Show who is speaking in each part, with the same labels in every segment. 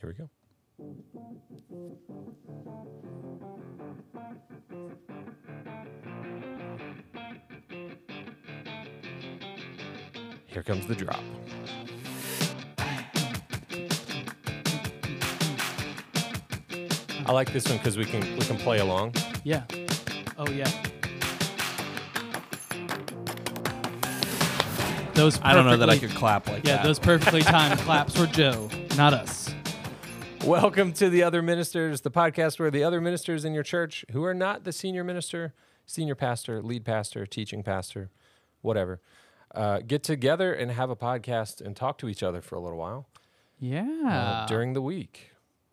Speaker 1: Here we go. Here comes the drop. I like this one because we can we can play along.
Speaker 2: Yeah. Oh yeah. Those
Speaker 3: I don't know that I
Speaker 2: perfectly-
Speaker 3: could clap like
Speaker 2: Yeah,
Speaker 3: that.
Speaker 2: those perfectly timed claps were Joe, not us.
Speaker 1: Welcome to the Other Ministers, the podcast where the other ministers in your church who are not the senior minister, senior pastor, lead pastor, teaching pastor, whatever, uh, get together and have a podcast and talk to each other for a little while uh,
Speaker 2: Yeah.
Speaker 1: during the week.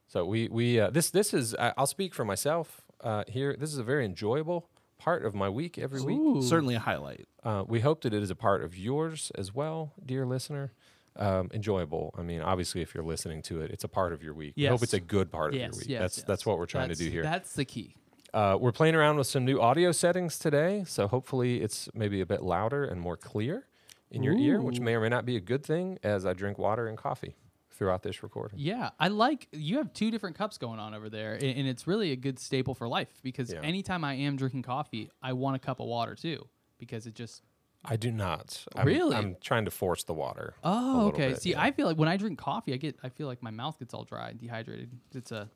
Speaker 1: So we we uh, this this is I I'll speak for myself uh, here. This is a very enjoyable part of my week every week.
Speaker 2: Ooh.
Speaker 3: certainly a highlight.
Speaker 1: Uh, we hope that it is a part of yours as well, dear listener. Um, enjoyable. I mean, obviously, if you're listening to it, it's a part of your week. We hope
Speaker 2: Yes.
Speaker 1: it's a good part of
Speaker 2: Yes,
Speaker 1: your week.
Speaker 2: yes,
Speaker 1: that's
Speaker 2: yes.
Speaker 1: that's what we're trying to do
Speaker 2: That's-
Speaker 1: here.
Speaker 2: That's the key.
Speaker 1: Uh, we're playing around with some new audio settings today, so hopefully, it's maybe a bit louder and more clear in your ear, which
Speaker 2: Ooh.
Speaker 1: may or may not be a good thing as I drink water and coffee throughout this recording.
Speaker 2: Yeah, I like you have two different cups going on over there, and, and it's really a good staple for life because
Speaker 1: Yeah.
Speaker 2: anytime I am drinking coffee, I want a cup of water too because it just.
Speaker 1: I do not. I'm,
Speaker 2: Really?
Speaker 1: I'm trying to force the water. a
Speaker 2: Oh,
Speaker 1: little
Speaker 2: okay.
Speaker 1: bit,
Speaker 2: See,
Speaker 1: yeah.
Speaker 2: I feel like when I drink coffee, I get I feel like my mouth gets all dry, and dehydrated. It's a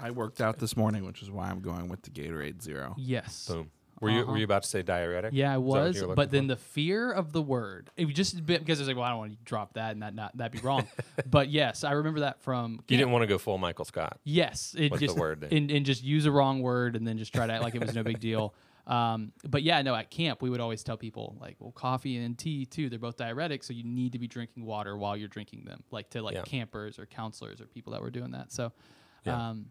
Speaker 3: I worked out this morning, which is why I'm going with the Gatorade Zero.
Speaker 2: yes.
Speaker 1: Boom. Were you
Speaker 2: Uh-huh.
Speaker 1: were you about to say diuretic?
Speaker 2: Yeah, I
Speaker 1: Is that what
Speaker 2: was,
Speaker 1: you were
Speaker 2: but
Speaker 1: looking
Speaker 2: then
Speaker 1: for?
Speaker 2: the fear of the word. It was just be- because I was like, well, I don't want to drop that and that not that be wrong. but yes, I remember that from
Speaker 1: you didn't want to go full Michael Scott.
Speaker 2: Yes, it
Speaker 1: What's the
Speaker 2: just
Speaker 1: word then?
Speaker 2: and, and just use a wrong word and then just try to act like it was no big deal. Um, but yeah, no, at camp we would always tell people like, well, coffee and tea too, they're both diuretic, so you need to be drinking water while you're drinking them, like to like
Speaker 1: Yeah.
Speaker 2: campers or counselors or people that were doing that. So,
Speaker 1: Yeah.
Speaker 2: um,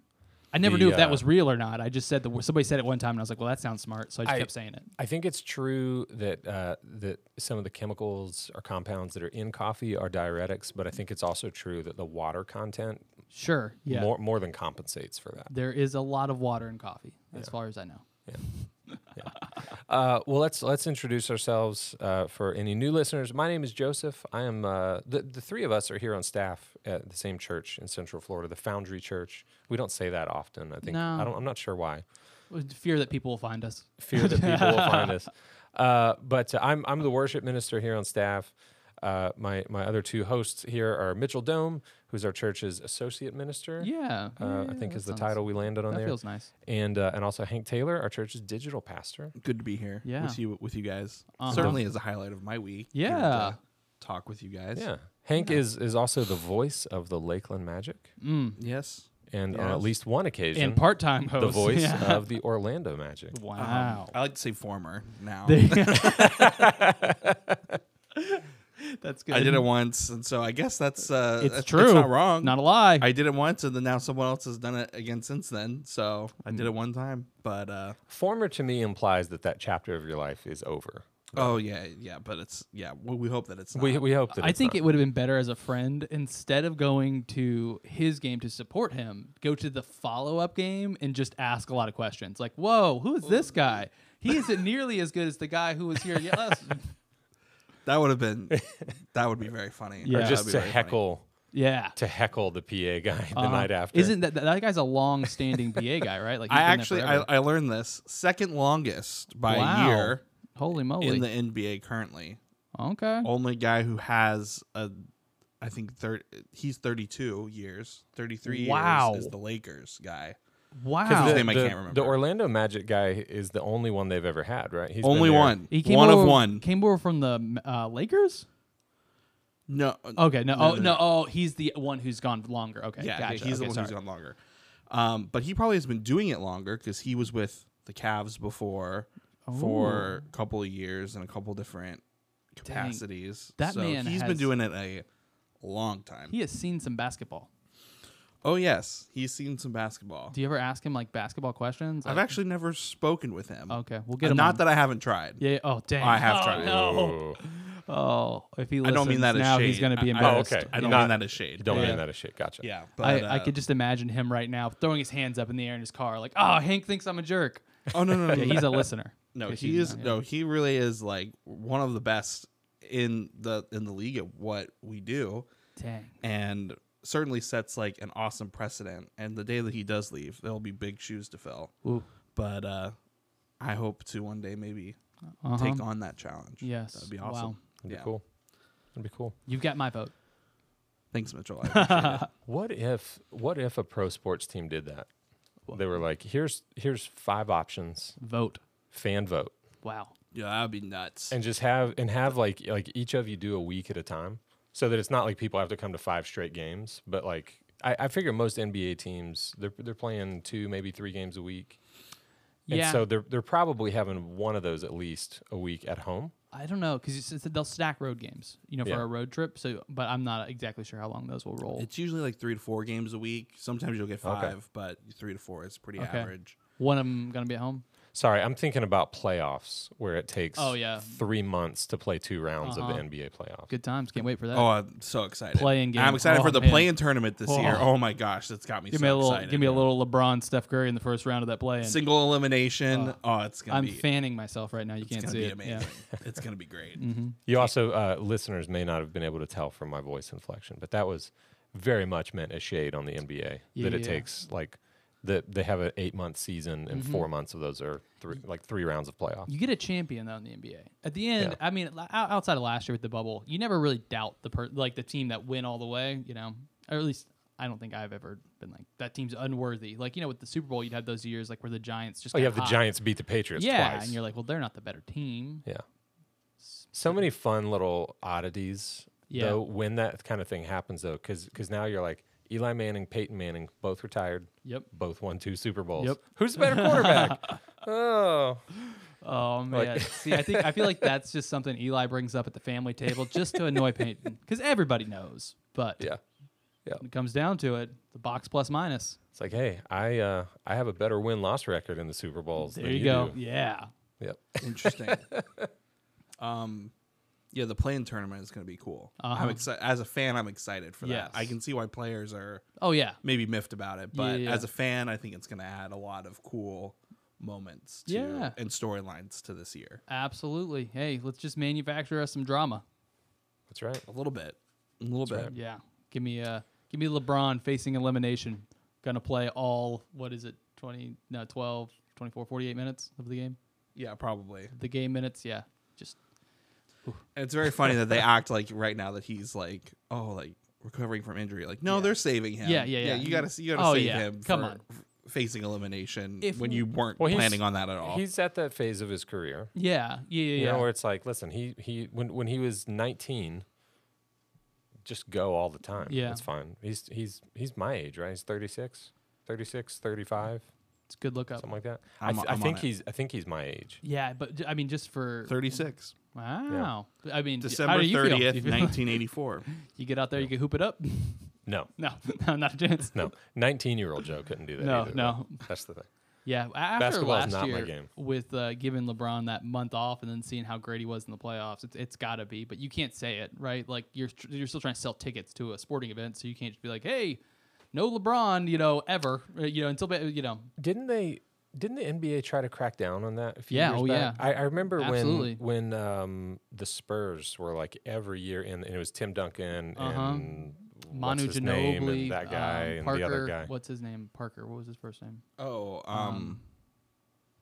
Speaker 2: I never
Speaker 1: The,
Speaker 2: knew if that
Speaker 1: uh,
Speaker 2: was real or not. I just said the word. Somebody said it one time, and I was like, well, that sounds smart, so I just
Speaker 1: I-
Speaker 2: kept saying it.
Speaker 1: I think it's true that uh, that some of the chemicals or compounds that are in coffee are diuretics, but I think it's also true that the water content
Speaker 2: Sure, yeah.
Speaker 1: more more than compensates for that.
Speaker 2: There is a lot of water in coffee, as far as I know.
Speaker 1: Uh, well, let's let's introduce ourselves uh, for any new listeners. My name is Joseph. I am uh, the the three of us are here on staff at the same church in Central Florida, the Foundry Church. We don't say that often. I think I
Speaker 2: No.
Speaker 1: don't. I'm not sure why.
Speaker 2: With Fear that people will find us.
Speaker 1: fear that people will find us. Uh, but uh, I'm I'm the worship minister here on staff. Uh, my my other two hosts here are Mitchell Dome, who's our church's associate minister.
Speaker 2: Yeah,
Speaker 1: Uh, I
Speaker 2: yeah,
Speaker 1: think
Speaker 2: that
Speaker 1: is the
Speaker 2: sounds-
Speaker 1: title we landed on
Speaker 2: That
Speaker 1: there,
Speaker 2: feels nice.
Speaker 1: and uh, and also Hank Taylor, our church's digital pastor.
Speaker 3: Good to be here
Speaker 2: Yeah.
Speaker 3: with you with you guys.
Speaker 2: Uh-huh.
Speaker 3: Certainly is a highlight of my week. getting
Speaker 2: Yeah.
Speaker 3: to Talk with you guys.
Speaker 1: Yeah, Hank is is also the voice of the Lakeland Magic,
Speaker 2: Mm.
Speaker 3: Yes.
Speaker 1: and on at
Speaker 3: Yes.
Speaker 1: least one occasion,
Speaker 2: and part-time host.
Speaker 1: the voice
Speaker 2: Yeah.
Speaker 1: of the Orlando Magic.
Speaker 3: Um,
Speaker 2: wow.
Speaker 3: I like to say former now.
Speaker 2: That's good.
Speaker 3: I did it once, and so I guess that's uh,
Speaker 2: It's
Speaker 3: that's-
Speaker 2: true.
Speaker 3: It's not wrong.
Speaker 2: Not a lie.
Speaker 3: I did it once, and then now someone else has done it again since then. So I did it one time, but uh,
Speaker 1: Former to me implies that that chapter of your life is over.
Speaker 3: oh yeah, yeah. But it's yeah. We, we hope that it's not.
Speaker 1: We we hope that
Speaker 2: I
Speaker 1: it's
Speaker 2: think
Speaker 1: not.
Speaker 2: it would have been better as a friend instead of going to his game to support him, go to the follow-up game and just ask a lot of questions. Like, whoa, who is this guy? He isn't nearly as good as the guy who was here. ye- last-
Speaker 3: that would have been that would be very funny.
Speaker 2: Yeah.
Speaker 1: or
Speaker 2: That'd
Speaker 1: just
Speaker 3: That'd be
Speaker 1: to
Speaker 3: very funny.
Speaker 1: heckle.
Speaker 2: yeah.
Speaker 1: to heckle the PA guy the
Speaker 2: Uh-huh.
Speaker 1: night after.
Speaker 2: Isn't that that- that guy's a long-standing PA guy, right? Like he's
Speaker 3: I
Speaker 2: been there
Speaker 3: actually I,
Speaker 2: forever.
Speaker 3: I learned this second longest by
Speaker 2: Wow.
Speaker 3: a year
Speaker 2: holy moly.
Speaker 3: in the NBA currently.
Speaker 2: okay.
Speaker 3: Only guy who has a I think thir- he's 32 years, 33
Speaker 2: Wow.
Speaker 3: years is the Lakers guy.
Speaker 2: Wow.
Speaker 3: his name I can't remember.
Speaker 1: The Orlando Magic guy is the only one they've ever had, right? He's been
Speaker 3: Only
Speaker 1: there-
Speaker 3: one. One
Speaker 2: over,
Speaker 3: of one.
Speaker 2: Came over from the uh, Lakers.
Speaker 3: No.
Speaker 2: Okay, no,
Speaker 3: No,
Speaker 2: oh,
Speaker 3: no,
Speaker 2: no,
Speaker 3: no.
Speaker 2: oh, he's the one who's gone longer. Okay,
Speaker 3: Yeah,
Speaker 2: gotcha.
Speaker 3: he's the
Speaker 2: Okay,
Speaker 3: one who's
Speaker 2: sorry.
Speaker 3: gone longer. Um, but he probably has been doing it longer because he was with the Cavs before for
Speaker 2: Oh.
Speaker 3: a couple of years in a couple different capacities.
Speaker 2: That
Speaker 3: so
Speaker 2: man
Speaker 3: he's been
Speaker 2: has-
Speaker 3: doing it a long time.
Speaker 2: He has seen some basketball.
Speaker 3: Oh yes, he's seen some basketball.
Speaker 2: Do you ever ask him like basketball questions?
Speaker 3: I've
Speaker 2: Like-
Speaker 3: actually never spoken with him. Uh,
Speaker 2: okay, we'll get him. on.
Speaker 3: Not that I haven't tried.
Speaker 2: Yeah. Oh, dang.
Speaker 3: I have
Speaker 2: oh,
Speaker 3: tried.
Speaker 2: No.
Speaker 1: Ooh.
Speaker 2: Oh, if he
Speaker 3: I
Speaker 2: listens
Speaker 3: don't mean that as
Speaker 2: now,
Speaker 3: shade.
Speaker 2: he's gonna be
Speaker 3: I- I-
Speaker 2: embarrassed.
Speaker 1: okay.
Speaker 3: I don't
Speaker 1: Not-
Speaker 3: mean that as shade.
Speaker 1: You don't
Speaker 2: Yeah.
Speaker 1: mean that as shit. Gotcha.
Speaker 3: Yeah,
Speaker 2: I,
Speaker 3: but,
Speaker 2: I
Speaker 3: uh,
Speaker 2: could just imagine him right now throwing his hands up in the air in his car, like, "Oh, Hank thinks I'm a jerk."
Speaker 3: Oh no, no, no,
Speaker 2: Yeah,
Speaker 3: no.
Speaker 2: he's a listener.
Speaker 3: no,
Speaker 2: If
Speaker 3: he
Speaker 2: he's
Speaker 3: is.
Speaker 2: not, yeah.
Speaker 3: No, he really is like one of the best in the in the league at what we do.
Speaker 2: Dang.
Speaker 3: and certainly sets like an awesome precedent. And the day that he does leave, there'll be big shoes to fill.
Speaker 2: Ooh.
Speaker 3: But uh, I hope to one day maybe
Speaker 2: Uh-huh.
Speaker 3: take on that challenge.
Speaker 2: Yes.
Speaker 3: that'd be awesome.
Speaker 2: Wow.
Speaker 1: That'd
Speaker 3: Yeah.
Speaker 1: be cool. That'd be cool.
Speaker 2: You've got my vote.
Speaker 3: Thanks, Mitchell. I appreciate it.
Speaker 1: What if what if a pro sports team did that? They were like, here's here's five options,
Speaker 2: Vote.
Speaker 1: fan vote,
Speaker 2: Wow.
Speaker 3: Yeah, that'd be nuts.
Speaker 1: and just have and have like like each of you do a week at a time, so that it's not like people have to come to five straight games, but like I, I figure most NBA teams they're they're playing two maybe three games a week, and
Speaker 2: yeah.
Speaker 1: so they're they're probably having one of those at least a week at home.
Speaker 2: I don't know because they'll stack road games, you know, for
Speaker 1: Yeah.
Speaker 2: a road trip. So, but I'm not exactly sure how long those will roll.
Speaker 3: It's usually like three to four games a week. Sometimes you'll get five,
Speaker 1: Okay.
Speaker 3: but three to four is pretty
Speaker 2: Okay.
Speaker 3: average.
Speaker 2: One of them gonna be at home.
Speaker 1: Sorry, I'm thinking about playoffs where it takes
Speaker 2: Oh, yeah.
Speaker 1: three months to play two rounds of
Speaker 2: Uh-huh.
Speaker 1: the NBA playoffs.
Speaker 2: Good times. Can't wait for that.
Speaker 3: Oh, I'm so excited!
Speaker 2: Play-in
Speaker 3: I'm
Speaker 2: Uh, game.
Speaker 3: excited
Speaker 2: Oh,
Speaker 3: for the
Speaker 2: man.
Speaker 3: playing tournament this year.
Speaker 2: Oh.
Speaker 3: Oh my gosh, that's got me.
Speaker 2: give
Speaker 3: so
Speaker 2: me a little.
Speaker 3: excited.
Speaker 2: Give me a little LeBron, Steph Curry in the first round of that play. And
Speaker 3: single elimination. oh, it's gonna
Speaker 2: Uh, I'm
Speaker 3: be.
Speaker 2: fanning myself right now. You
Speaker 3: it's
Speaker 2: can't
Speaker 3: gonna
Speaker 2: see
Speaker 3: be
Speaker 2: it.
Speaker 3: amazing.
Speaker 2: Yeah. Mm-hmm.
Speaker 3: It's gonna be great.
Speaker 1: You also, uh, listeners may not have been able to tell from my voice inflection, but that was very much meant as shade on the NBA that
Speaker 2: Yeah.
Speaker 1: it takes like that they have an eight month season and four months of those are three, like three rounds of playoffs.
Speaker 2: Mm-hmm. You get a champion though in the NBA. At the end,
Speaker 1: Yeah.
Speaker 2: I mean, li- out- outside of last year with the bubble, you never really doubt the per- like the team that win all the way. You know, or at least I don't think I've ever been like that team's unworthy. Like you know, with the Super Bowl, you'd have those years like where the Giants just
Speaker 1: Oh, you
Speaker 2: got
Speaker 1: have the
Speaker 2: hot.
Speaker 1: Giants beat the Patriots
Speaker 2: Uh, yeah,
Speaker 1: twice.
Speaker 2: and you're like, well, they're not the better team.
Speaker 1: yeah. So many fun little oddities.
Speaker 2: Yeah.
Speaker 1: Though, when that kind of thing happens, though, because now you're like Eli Manning, Peyton Manning, both retired,
Speaker 2: Yep.
Speaker 1: both won two Super Bowls.
Speaker 2: Yep.
Speaker 1: Who's the better quarterback? oh,
Speaker 2: Oh man,
Speaker 1: Like-
Speaker 2: see, I think I feel like that's just something Eli brings up at the family table just to annoy Peyton because everybody knows. But
Speaker 1: yeah.
Speaker 2: when it comes down to it, the box plus minus.
Speaker 1: It's like, hey, I uh, I have a better win loss record in the Super Bowls.
Speaker 2: There
Speaker 1: than
Speaker 2: you,
Speaker 1: you
Speaker 2: go.
Speaker 1: do.
Speaker 2: Yeah.
Speaker 1: Yep.
Speaker 3: Interesting. um, yeah, the playing tournament is gonna be cool.
Speaker 2: Uh-huh.
Speaker 3: I'm excited as a fan. I'm excited for
Speaker 2: Yes.
Speaker 3: that. I can see why players are
Speaker 2: Oh yeah.
Speaker 3: maybe miffed about it, but
Speaker 2: Yeah.
Speaker 3: as a fan, I think it's gonna add a lot of cool moments to,
Speaker 2: Yeah.
Speaker 3: and storylines to this year.
Speaker 2: Absolutely. Hey, let's just manufacture us some drama.
Speaker 1: That's right.
Speaker 3: A little bit, a little bit.
Speaker 2: Yeah. Give me uh give me LeBron facing elimination. Gonna play all what is it? 20 no 12 24 48 minutes of the game.
Speaker 3: Yeah, probably.
Speaker 2: The game minutes, yeah. Just
Speaker 3: And it's very funny that they act like right now that he's like, oh, like recovering from injury. Like, no, they're saving him.
Speaker 2: Yeah, yeah, yeah.
Speaker 3: You gotta, you gotta
Speaker 2: Oh,
Speaker 3: save
Speaker 2: yeah.
Speaker 3: him.
Speaker 2: Come
Speaker 3: for
Speaker 2: on.
Speaker 3: f- facing elimination
Speaker 2: If-
Speaker 3: when you weren't
Speaker 1: Well, he's-
Speaker 3: planning on that at all.
Speaker 1: He's at that phase of his career,
Speaker 2: yeah. Yeah, yeah,
Speaker 1: you
Speaker 2: yeah.
Speaker 1: know, where it's like, listen, he he when when he was 19, just go all the time.
Speaker 2: Yeah.
Speaker 1: it's fine. He's he's he's my age, right? He's 36, 36, 35,
Speaker 2: it's a good look up.
Speaker 1: something like that. I,
Speaker 3: I'm-
Speaker 1: th- I
Speaker 3: I'm on
Speaker 1: think
Speaker 3: it.
Speaker 1: he's I think he's my age.
Speaker 2: Yeah, but j- I mean just for
Speaker 3: Thirty-six,
Speaker 2: Wow. I mean, d- how
Speaker 3: December
Speaker 2: do you feel?
Speaker 3: thirtieth,
Speaker 2: You feel-
Speaker 3: nineteen eighty-four.
Speaker 2: You get out there, you can hoop it up.
Speaker 1: No,
Speaker 2: No, no, not a chance.
Speaker 1: no, 19 year old Joe couldn't do that.
Speaker 2: No,
Speaker 1: either,
Speaker 2: no.
Speaker 1: but That's the thing.
Speaker 2: Yeah, a- after
Speaker 1: Basketball is
Speaker 2: last
Speaker 1: not my
Speaker 2: year
Speaker 1: game.
Speaker 2: with uh, giving LeBron that month off and then seeing how great he was in the playoffs, it's, it's got to be. But you can't say it, right? Like you're tr- you're still trying to sell tickets to a sporting event, so you can't just be like, "Hey, no LeBron," you know, ever, uh, you know, until ba- you know,
Speaker 1: Didn't they? Didn't the NBA try to crack down on that? A few
Speaker 2: Yeah,
Speaker 1: years
Speaker 2: oh,
Speaker 1: back?
Speaker 2: yeah.
Speaker 1: I, I remember
Speaker 2: Absolutely.
Speaker 1: when when um, the Spurs were like every year, and, and it was Tim Duncan
Speaker 2: Uh-huh.
Speaker 1: and what's
Speaker 2: Manu
Speaker 1: his name
Speaker 2: Ginobili,
Speaker 1: and that guy
Speaker 2: um,
Speaker 1: and
Speaker 2: Parker,
Speaker 1: the other guy,
Speaker 2: what's his name? Parker. What was his first name?
Speaker 3: Oh, um,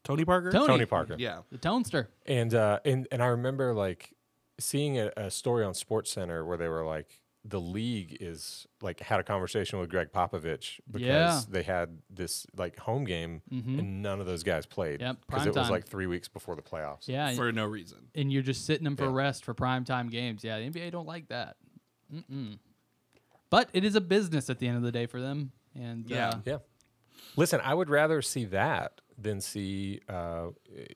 Speaker 3: Tony Parker.
Speaker 2: Tony.
Speaker 1: Tony Parker.
Speaker 3: Yeah,
Speaker 2: The Tonester.
Speaker 1: And uh, and and I remember like seeing a, a story on Sports Center where they were like the league is like had a conversation with Greg Popovich because
Speaker 2: Yeah. Mm-hmm.
Speaker 1: they had this like home game and none of those guys played
Speaker 2: Yep,
Speaker 1: because
Speaker 2: prime
Speaker 1: it was
Speaker 2: time.
Speaker 1: like three weeks before the playoffs.
Speaker 2: Yeah,
Speaker 3: for no reason.
Speaker 2: and you're just sitting them for
Speaker 1: Yeah.
Speaker 2: rest for primetime games. Yeah, the NBA don't like that. Mm-mm. But it is a business at the end of the day for them. And
Speaker 3: Yeah.
Speaker 2: uh,
Speaker 1: Yeah. Listen, I would rather see that than see, uh,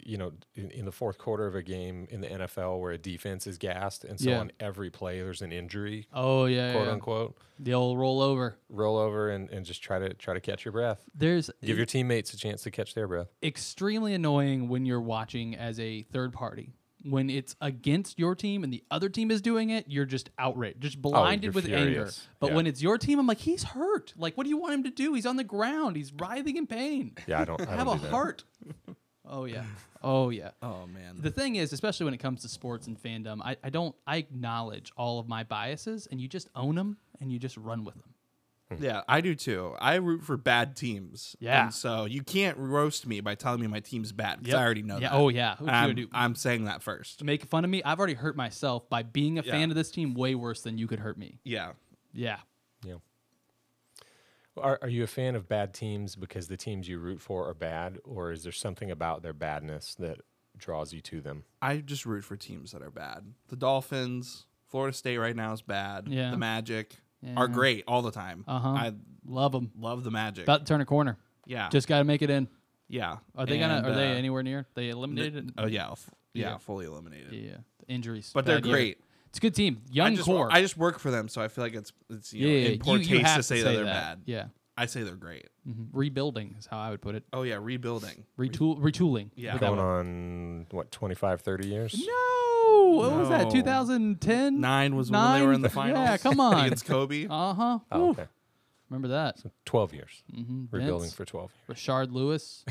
Speaker 1: you know, in, in the fourth quarter of a game in the NFL where a defense is gassed and so
Speaker 2: Yeah.
Speaker 1: on every play there's an injury,
Speaker 2: oh yeah,
Speaker 1: quote
Speaker 2: yeah.
Speaker 1: unquote,
Speaker 2: the old rollover.
Speaker 1: roll over and, and just try to try to catch your breath.
Speaker 2: There's
Speaker 1: Give your teammates a chance to catch their breath.
Speaker 2: extremely annoying when you're watching as a third party. When it's against your team and the other team is doing it, you're just outraged, just blinded
Speaker 1: Oh, you're
Speaker 2: with anger.
Speaker 1: furious.
Speaker 2: But
Speaker 1: Yeah.
Speaker 2: when it's your team, I'm like, he's hurt. Like, what do you want him to do? He's on the ground. He's writhing in pain.
Speaker 1: Yeah, I don't I
Speaker 2: Have a
Speaker 1: don't do that.
Speaker 2: heart. oh yeah. Oh yeah.
Speaker 3: Oh man,
Speaker 2: The thing is, especially when it comes to sports and fandom, I, I don't I acknowledge all of my biases, and you just own them and you just run with them.
Speaker 3: Yeah, I do too. I root for bad teams.
Speaker 2: Yeah.
Speaker 3: And so you can't roast me by telling me my team's bad because
Speaker 2: Yep.
Speaker 3: I already know
Speaker 2: yeah.
Speaker 3: that.
Speaker 2: Oh yeah. Who would you
Speaker 3: I'm,
Speaker 2: do?
Speaker 3: I'm saying that first.
Speaker 2: to make fun of me, I've already hurt myself by being a
Speaker 3: Yeah.
Speaker 2: fan of this team way worse than you could hurt me.
Speaker 3: Yeah.
Speaker 2: Yeah.
Speaker 1: Are, are you a fan of bad teams because the teams you root for are bad, or is there something about their badness that draws you to them?
Speaker 3: I just root for teams that are bad. The Dolphins, Florida State right now is bad.
Speaker 2: Yeah.
Speaker 3: The Magic are
Speaker 2: Yeah.
Speaker 3: great all the time.
Speaker 2: Uh-huh.
Speaker 3: I
Speaker 2: Love them.
Speaker 3: love the Magic.
Speaker 2: About to turn a corner.
Speaker 3: yeah.
Speaker 2: Just got to make it in.
Speaker 3: yeah.
Speaker 2: Are they gonna?
Speaker 3: And,
Speaker 2: Are they
Speaker 3: uh,
Speaker 2: anywhere near? They
Speaker 3: th-
Speaker 2: eliminated.
Speaker 3: Oh yeah, f- yeah,
Speaker 2: Yeah.
Speaker 3: fully eliminated.
Speaker 2: yeah. Injuries.
Speaker 3: But they're
Speaker 2: Bad year.
Speaker 3: great.
Speaker 2: It's a good team.
Speaker 3: I
Speaker 2: Young
Speaker 3: just,
Speaker 2: core.
Speaker 3: I just work for them, so I feel like it's it's you know,
Speaker 2: yeah.
Speaker 3: in poor
Speaker 2: you, you
Speaker 3: taste
Speaker 2: have
Speaker 3: to say, that they're bad.
Speaker 2: Yeah.
Speaker 3: I say they're great.
Speaker 2: Mhm. Rebuilding is how I would put it.
Speaker 3: Oh yeah, rebuilding.
Speaker 2: Retool, retooling.
Speaker 3: Yeah.
Speaker 2: With that
Speaker 1: Going
Speaker 2: one.
Speaker 1: on, what, 25, 30 years?
Speaker 2: No. What was that?
Speaker 3: No.
Speaker 2: 2010.
Speaker 3: Nine was when they were in the finals.
Speaker 2: Yeah. Come on.
Speaker 3: against Kobe.
Speaker 2: uh huh.
Speaker 1: Oh, okay.
Speaker 2: Remember that?
Speaker 1: 12 years.
Speaker 2: hmm
Speaker 1: Rebuilding for 12 years.
Speaker 2: Rashard Lewis.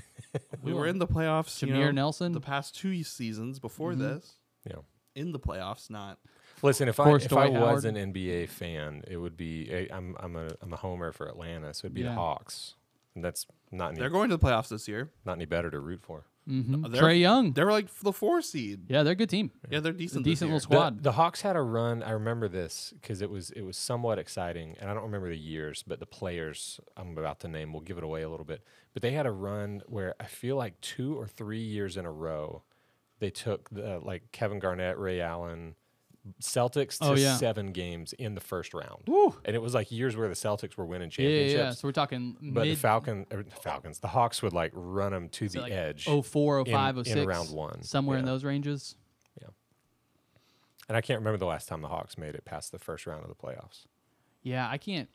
Speaker 3: we were in the playoffs. you
Speaker 2: Jameer
Speaker 3: know,
Speaker 2: Nelson. Mm-hmm.
Speaker 3: The past two seasons before this,
Speaker 1: Yeah.
Speaker 3: in the playoffs, not
Speaker 1: Listen, if I
Speaker 2: course,
Speaker 1: if I
Speaker 2: Dwight
Speaker 1: was
Speaker 2: Howard.
Speaker 1: an NBA fan, it would be I- I'm I'm a I'm a homer for Atlanta, so it'd be the
Speaker 2: Yeah.
Speaker 1: Hawks. And that's not any
Speaker 3: they're going to the playoffs this year.
Speaker 1: not any better to root for.
Speaker 2: Mhm.
Speaker 3: They're-
Speaker 2: Trey Young.
Speaker 3: They're like the four seed.
Speaker 2: Yeah, they're a good team.
Speaker 3: Yeah, they're decent. this
Speaker 2: decent
Speaker 3: year.
Speaker 2: little
Speaker 1: The-
Speaker 2: squad.
Speaker 1: The, Hawks had a run. I remember this because it was it was somewhat exciting, and I don't remember the years, but the players I'm about to name will give it away a little bit. But they had a run where I feel like two or three years in a row, they took the like Kevin Garnett, Ray Allen, Celtics to
Speaker 2: Oh, yeah.
Speaker 1: seven games in the first round,
Speaker 2: Woo.
Speaker 1: and it was like years where the Celtics were winning
Speaker 2: yeah, yeah,
Speaker 1: championships.
Speaker 2: yeah. So we're talking
Speaker 1: But the
Speaker 2: mid
Speaker 1: Falcon, or the Falcons, the Hawks would like run them to the
Speaker 2: like
Speaker 1: edge.
Speaker 2: 04, 05,
Speaker 1: in
Speaker 2: 06,
Speaker 1: round one.
Speaker 2: somewhere in
Speaker 1: Yeah.
Speaker 2: those ranges.
Speaker 1: And I can't remember the last time the Hawks made it past the first round of the playoffs.
Speaker 2: Yeah, I can't,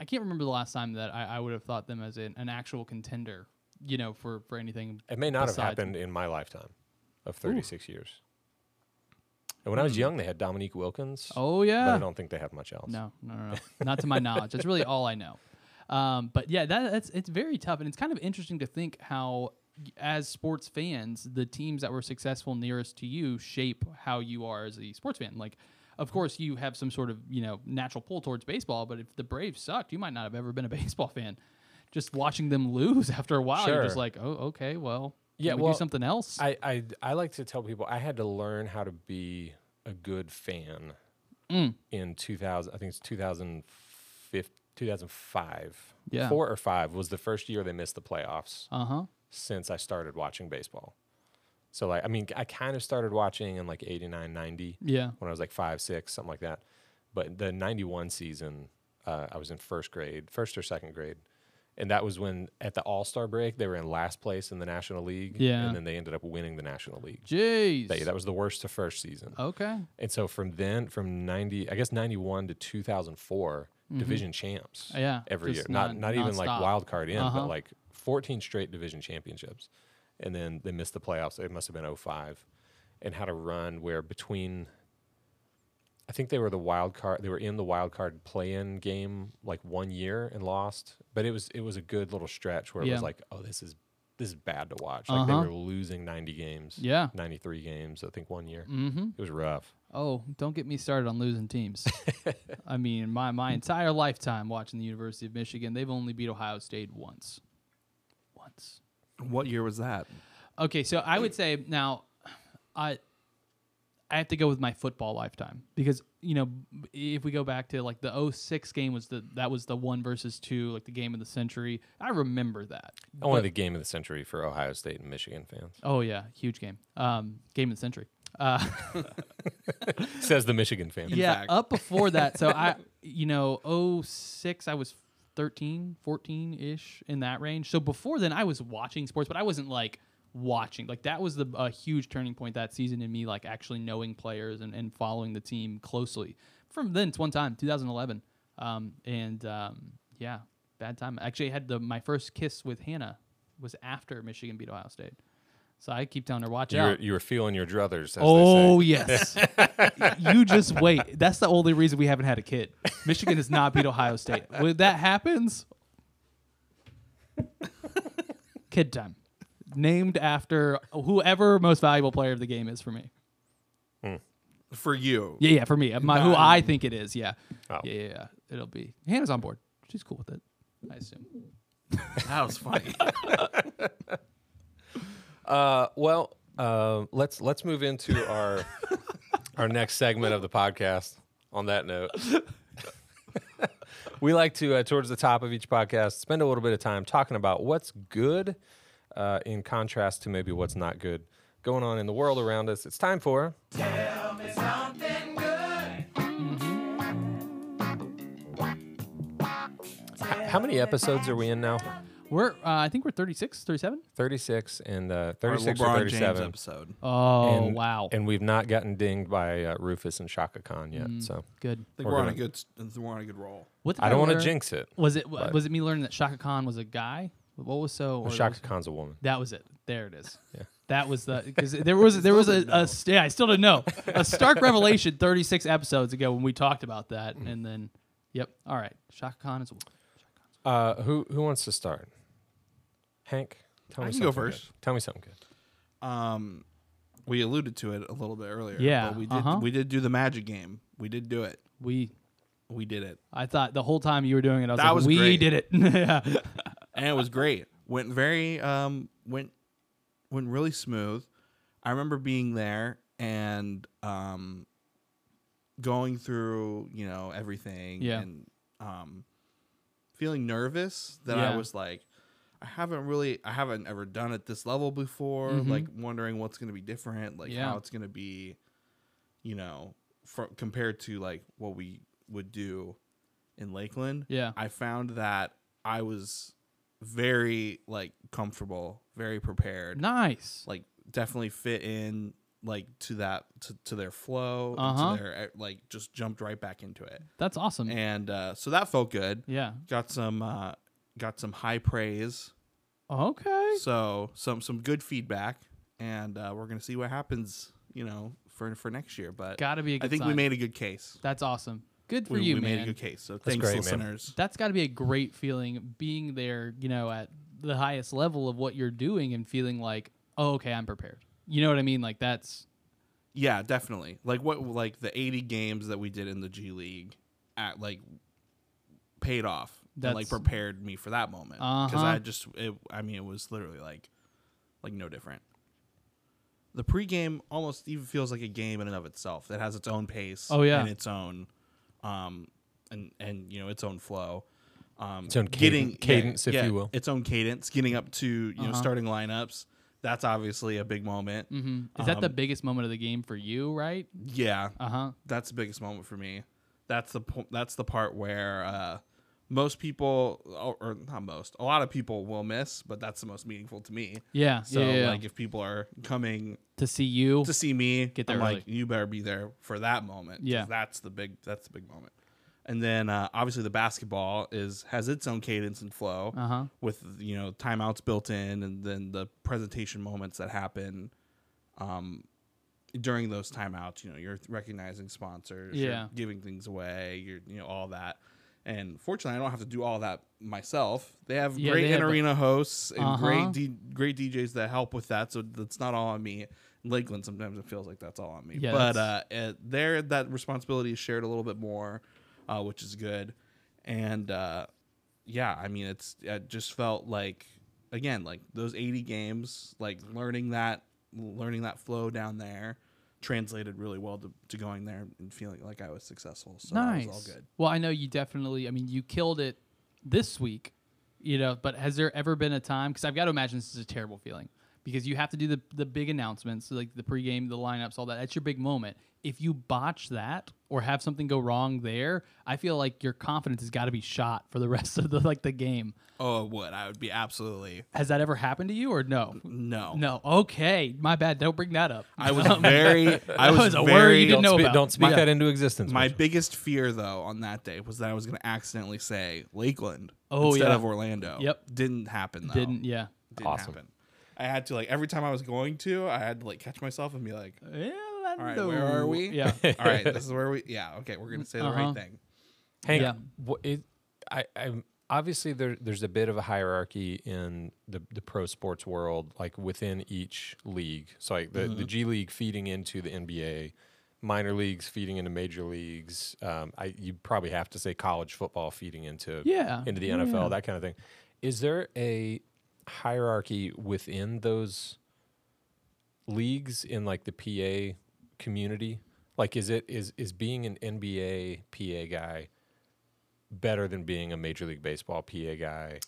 Speaker 2: I can't remember the last time that I, I would have thought them as an, an actual contender. You know, for for anything.
Speaker 1: It may not have
Speaker 2: besides-
Speaker 1: happened in my lifetime of 36 years. And when I was young, they had Dominique Wilkins,
Speaker 2: Hmm. Oh
Speaker 1: but I
Speaker 2: yeah.
Speaker 1: don't think they have much else.
Speaker 2: No, no, no, no. not to my knowledge. That's really all I know. Um, but yeah, that, that's it's very tough, and it's kind of interesting to think how, as sports fans, the teams that were successful nearest to you shape how you are as a sports fan. Like, of course, you have some sort of you know natural pull towards baseball, but if the Braves sucked, you might not have ever been a baseball fan. Just watching them lose after a while, you're just
Speaker 1: Sure.
Speaker 2: like, oh, okay, well,
Speaker 1: Yeah,
Speaker 2: yeah, we
Speaker 1: well,
Speaker 2: do something else.
Speaker 1: I, I, I like to tell people I had to learn how to be a good fan
Speaker 2: Mm.
Speaker 1: in 2000, I think it's 2005, 2005.
Speaker 2: Yeah.
Speaker 1: Four or five was the first year they missed the playoffs.
Speaker 2: uh huh.
Speaker 1: since I started watching baseball. So like I mean I kind of started watching in like 89 90
Speaker 2: Yeah.
Speaker 1: when I was like 5 6 something like that. But the 91 season uh, I was in first grade, first or second grade. And that was when at the All-Star break they were in last place in the National League
Speaker 2: Yeah.
Speaker 1: and then they ended up winning the National League.
Speaker 2: Jeez.
Speaker 1: They- that was the worst to first season.
Speaker 2: okay.
Speaker 1: And so from then from 90 I guess 91 to 2004 division champs
Speaker 2: Mm-hmm. Uh, Yeah,
Speaker 1: every year.
Speaker 2: just
Speaker 1: Not
Speaker 2: non-
Speaker 1: not even like
Speaker 2: nonstop.
Speaker 1: wild card in,
Speaker 2: Uh-huh.
Speaker 1: but like 14 straight division championships. And then they missed the playoffs. It must have been 05 and had a run where between I think they were the wild card they were in the wild card play-in game like one year and lost, but it was it was a good little stretch where it
Speaker 2: Yeah.
Speaker 1: was like, oh this is this is bad to watch. Like
Speaker 2: Uh-huh.
Speaker 1: they were losing 90 games.
Speaker 2: Yeah.
Speaker 1: 93 games, I think one year.
Speaker 2: Mm-hmm.
Speaker 1: It was rough.
Speaker 2: Oh, don't get me started on losing teams. I mean, my my entire lifetime watching the University of Michigan, they've only beat Ohio State once. Once.
Speaker 3: What year was that?
Speaker 2: Okay, so I would say now, I I have to go with my football lifetime because you know if we go back to like the 06 game was the that was the one versus two like the game of the century. I remember that.
Speaker 1: Only
Speaker 2: But-
Speaker 1: the game of the century for Ohio State and Michigan fans.
Speaker 2: oh yeah, huge game. Um, game of the century. Uh,
Speaker 1: Says the Michigan fan.
Speaker 2: yeah
Speaker 3: fact.
Speaker 2: up before that so i you know 06 i was 13 14 ish in that range so before then i was watching sports but i wasn't like watching like that was the a huge turning point that season in me like actually knowing players and, and following the team closely from then it's one time 2011 um, and um, yeah bad time actually i had the my first kiss with hannah was after michigan beat ohio state so i keep telling her watch
Speaker 1: You
Speaker 2: out
Speaker 1: were, you were feeling your druthers. As
Speaker 2: Oh
Speaker 1: they say.
Speaker 2: yes. you just wait. That's the only reason we haven't had a kid. Michigan has not beat Ohio State. When that happens, kid time. Named after whoever most valuable player of the game is for me.
Speaker 3: For you.
Speaker 2: Yeah, yeah, for me. My, who
Speaker 3: Nah.
Speaker 2: I think it is. Yeah.
Speaker 1: Oh.
Speaker 2: Yeah, yeah, yeah. It'll be Hannah's on board. She's cool with it, I assume.
Speaker 3: That was funny.
Speaker 1: Uh, well, uh, let's let's move into our our next segment of the podcast. On that note, we like to uh, towards the top of each podcast spend a little bit of time talking about what's good uh, in contrast to maybe what's not good going on in the world around us. It's time for H- How many episodes are we in now?
Speaker 2: We're uh, I think we're 36, 37.
Speaker 1: 36 and uh,
Speaker 3: Our
Speaker 1: 36 or
Speaker 3: LeBron James
Speaker 1: 37.
Speaker 3: episode.
Speaker 2: Oh
Speaker 1: and,
Speaker 2: wow,
Speaker 1: And we've not gotten dinged by uh, Rufus and Shaka Khan yet.
Speaker 2: Mm.
Speaker 1: So
Speaker 2: good.
Speaker 3: I think
Speaker 1: We're
Speaker 3: we're, on a
Speaker 1: gonna-
Speaker 3: good. s- I think We're on a good roll.
Speaker 2: What did
Speaker 1: I don't want to
Speaker 2: learn?
Speaker 1: jinx it.
Speaker 2: Was it
Speaker 1: but-
Speaker 2: was it me learning that Shaka Khan was a guy? What was so? or
Speaker 1: Shaka
Speaker 2: was-
Speaker 1: Khan's a woman.
Speaker 2: That was it. There it is.
Speaker 1: Yeah.
Speaker 2: That was the because there was there was a, a st- yeah I still didn't know a stark revelation 36 episodes ago when we talked about that
Speaker 3: Mm.
Speaker 2: and then yep all right Shaka Khan is
Speaker 1: Uh, who who wants to start? Hank, tell
Speaker 3: I
Speaker 1: me
Speaker 3: can go
Speaker 1: something good.
Speaker 3: first.
Speaker 1: Tell me something good.
Speaker 3: Um, we alluded to it a little bit earlier.
Speaker 2: Yeah,
Speaker 3: but we did.
Speaker 2: uh-huh.
Speaker 3: We did do the magic game. We did do it.
Speaker 2: we
Speaker 3: We did it,
Speaker 2: I thought the whole time you were doing it I was
Speaker 3: That
Speaker 2: like
Speaker 3: was
Speaker 2: we
Speaker 3: great.
Speaker 2: did it yeah
Speaker 3: and it was great. Went very um went went really smooth. I remember being there and um going through you know everything
Speaker 2: Yeah.
Speaker 3: and um feeling nervous that
Speaker 2: Yeah.
Speaker 3: I was like. I haven't really, I haven't ever done it this level before. Like wondering what's going to be different, like
Speaker 2: Mm-hmm. Yeah.
Speaker 3: how it's going to be you know, fro- compared to like what we would do in Lakeland.
Speaker 2: Yeah.
Speaker 3: I found that I was very like comfortable, very prepared,
Speaker 2: nice
Speaker 3: like definitely fit in like to that to, to their flow, and
Speaker 2: Uh-huh.
Speaker 3: to their eh, like just jumped right back into it,
Speaker 2: that's awesome
Speaker 3: and uh, so that felt good.
Speaker 2: yeah
Speaker 3: Got some uh, got some high praise,
Speaker 2: okay
Speaker 3: so some some good feedback, and uh, we're gonna see what happens, you know, for for next year. But
Speaker 2: Gotta be a good
Speaker 3: I think we
Speaker 2: sign.
Speaker 3: made a good case.
Speaker 2: that's awesome good for
Speaker 3: we,
Speaker 2: you
Speaker 3: we
Speaker 2: man
Speaker 3: made a good case. So thanks,
Speaker 1: great, man.
Speaker 3: listeners.
Speaker 2: that's got to be a great feeling being there, you know, at the highest level of what you're doing and feeling like, oh, okay, I'm prepared. You know what I mean? Like that's
Speaker 3: Yeah, definitely. Like what, like the eighty games that we did in the G League, at like paid off. and like
Speaker 2: That's-
Speaker 3: prepared me for that moment because
Speaker 2: Uh-huh.
Speaker 3: I just, it, I mean, it was literally like, like no different. The pregame almost even feels like a game in and of itself that has its own pace.
Speaker 2: Oh, yeah.
Speaker 3: and its own, um, and and you know its own flow. Um,
Speaker 1: Its own
Speaker 3: getting
Speaker 1: caden- cadence, if you will.
Speaker 3: Its own cadence, getting up to you
Speaker 2: Uh-huh.
Speaker 3: know starting lineups. That's obviously a big moment.
Speaker 2: hmm is that
Speaker 3: Um,
Speaker 2: the biggest moment of the game for you, right?
Speaker 3: Yeah,
Speaker 2: Uh huh.
Speaker 3: that's the biggest moment for me. That's the po- that's the part where uh, most people, or, or not most, a lot of people will miss, but that's the most meaningful to me.
Speaker 2: Yeah.
Speaker 3: So
Speaker 2: yeah, yeah.
Speaker 3: like, if people are coming
Speaker 2: to see you,
Speaker 3: to see me,
Speaker 2: Get there
Speaker 3: I'm like,
Speaker 2: early.
Speaker 3: you better be there for that moment. 'cause
Speaker 2: Yeah.
Speaker 3: that's the big that's the big moment. And then uh, obviously the basketball is has its own cadence and flow
Speaker 2: Uh-huh.
Speaker 3: with you know timeouts built in, and then the presentation moments that happen. Um, during those timeouts, you know, you're recognizing sponsors,
Speaker 2: Yeah.
Speaker 3: you're giving things away, you're you know all that. And fortunately, I don't have to do all that myself. They have
Speaker 2: Yeah,
Speaker 3: great
Speaker 2: they have
Speaker 3: in
Speaker 2: the-
Speaker 3: arena hosts and
Speaker 2: Uh-huh.
Speaker 3: great D- great DJs that help with that. So that's not all on me. Lakeland sometimes it feels like that's all on me,
Speaker 2: Yeah,
Speaker 3: but uh,
Speaker 2: that's-
Speaker 3: uh there that responsibility is shared a little bit more, uh, which is good. And uh, yeah, I mean, it's it just felt like again like those 80 games, like learning that learning that flow down there translated really well to, to going there and feeling like I was successful. So
Speaker 2: nice.
Speaker 3: that was all good.
Speaker 2: Well, I know you definitely. I mean, you killed it this week, you know. But has there ever been a time? Because I've got to imagine this is a terrible feeling because you have to do the the big announcements, like the pregame, the lineups, all that. That's your big moment. If you botch that or have something go wrong there, I feel like your confidence has got to be shot for the rest of the like the game.
Speaker 3: Oh, it would. I would be absolutely
Speaker 2: Has that ever happened to you or no?
Speaker 3: no.
Speaker 2: No. Okay, my bad. Don't bring that up.
Speaker 3: I was very. I was,
Speaker 2: was a word you
Speaker 3: very.
Speaker 1: Don't,
Speaker 2: didn't know
Speaker 1: spe-
Speaker 2: about.
Speaker 1: don't speak
Speaker 2: Yeah.
Speaker 1: that into existence.
Speaker 3: My
Speaker 1: Mitch.
Speaker 3: biggest fear, though, on that day was that I was going to accidentally say Lakeland
Speaker 2: Oh,
Speaker 3: instead
Speaker 2: yeah.
Speaker 3: of Orlando.
Speaker 2: Yep.
Speaker 3: Didn't happen. Though.
Speaker 2: Didn't. Yeah.
Speaker 3: Didn't
Speaker 1: Awesome.
Speaker 3: happen. I had to like every time I was going to, I had to like catch myself and be like, "All right, where are we?
Speaker 2: Yeah.
Speaker 3: All right, this is where we. Yeah. Okay, we're going to say the
Speaker 2: Uh-huh.
Speaker 3: right thing.
Speaker 1: Hank,
Speaker 2: Yeah.
Speaker 1: wha- it, I, I'm obviously there, there's a bit of a hierarchy in the, the pro sports
Speaker 2: Mm-hmm.
Speaker 1: world, like within each league. So like the, the G League feeding into the NBA, minor leagues feeding into major leagues. Um, I you probably have to say college football feeding into
Speaker 2: Yeah,
Speaker 1: into the
Speaker 2: yeah.
Speaker 1: NFL, that kind of thing. Is there a hierarchy within those leagues in like the PA community? Like, is it is is being an NBA PA guy better than being a Major League Baseball PA guy?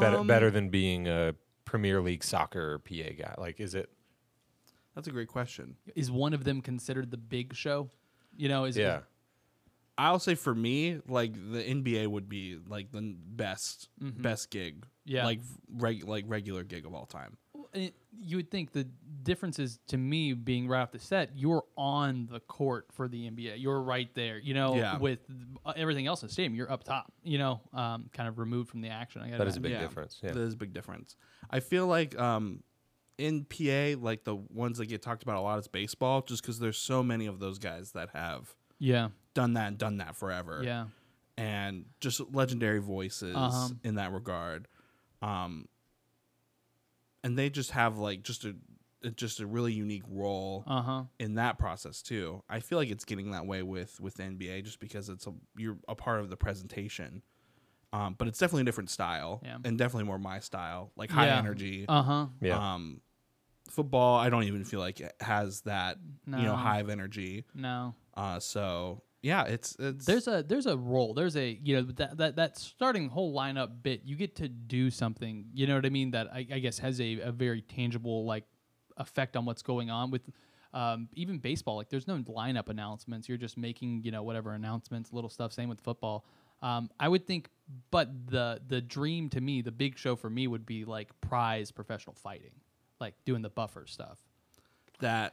Speaker 1: Better
Speaker 3: Um,
Speaker 1: better than being a Premier League soccer PA guy? Like, is it?
Speaker 3: That's a great question.
Speaker 2: Is one of them considered the big show? You know, is
Speaker 1: Yeah,
Speaker 3: I'll say for me, like the NBA would be like the n- best best gig,
Speaker 2: Mm-hmm. Yeah.
Speaker 3: like reg- like regular gig of all time.
Speaker 2: Well, and it- eh, you would think the difference is to me being right off the set. You're on the court for the NBA. You're right there. You know,
Speaker 3: Yeah.
Speaker 2: with uh, everything else in the stadium, you're up top. You know, um, kind of removed from the action. I
Speaker 1: that is a
Speaker 2: imagine.
Speaker 1: big difference. Yeah,
Speaker 3: That is a big difference. I feel like um, in PA, like the ones that get talked about a lot is baseball, just because there's so many of those guys that have
Speaker 2: Yeah,
Speaker 3: done that and done that forever.
Speaker 2: yeah.
Speaker 3: and just legendary voices
Speaker 2: Uh-huh.
Speaker 3: in that regard. Um, and they just have like just a just a really unique role
Speaker 2: Uh huh.
Speaker 3: in that process too. I feel like it's getting that way with with NBA just because it's a you're a part of the presentation. Um, but it's definitely a different style
Speaker 2: Yeah.
Speaker 3: and definitely more my style, like high
Speaker 2: Yeah.
Speaker 3: energy.
Speaker 2: Uh huh.
Speaker 1: yeah.
Speaker 3: Um, football, I don't even feel like it has that you
Speaker 2: No.
Speaker 3: know hive energy.
Speaker 2: No.
Speaker 3: Uh, so yeah, it's it's
Speaker 2: There's a there's a role. There's a you know that that, that starting whole lineup bit. You get to do something. You know what I mean? That I, I guess has a, a very tangible like effect on what's going on with um, even baseball. Like there's no lineup announcements. You're just making you know whatever announcements, little stuff. Same with football. Um, I would think, but the the dream to me, the big show for me would be like prize professional fighting, like doing the buffer stuff.
Speaker 3: that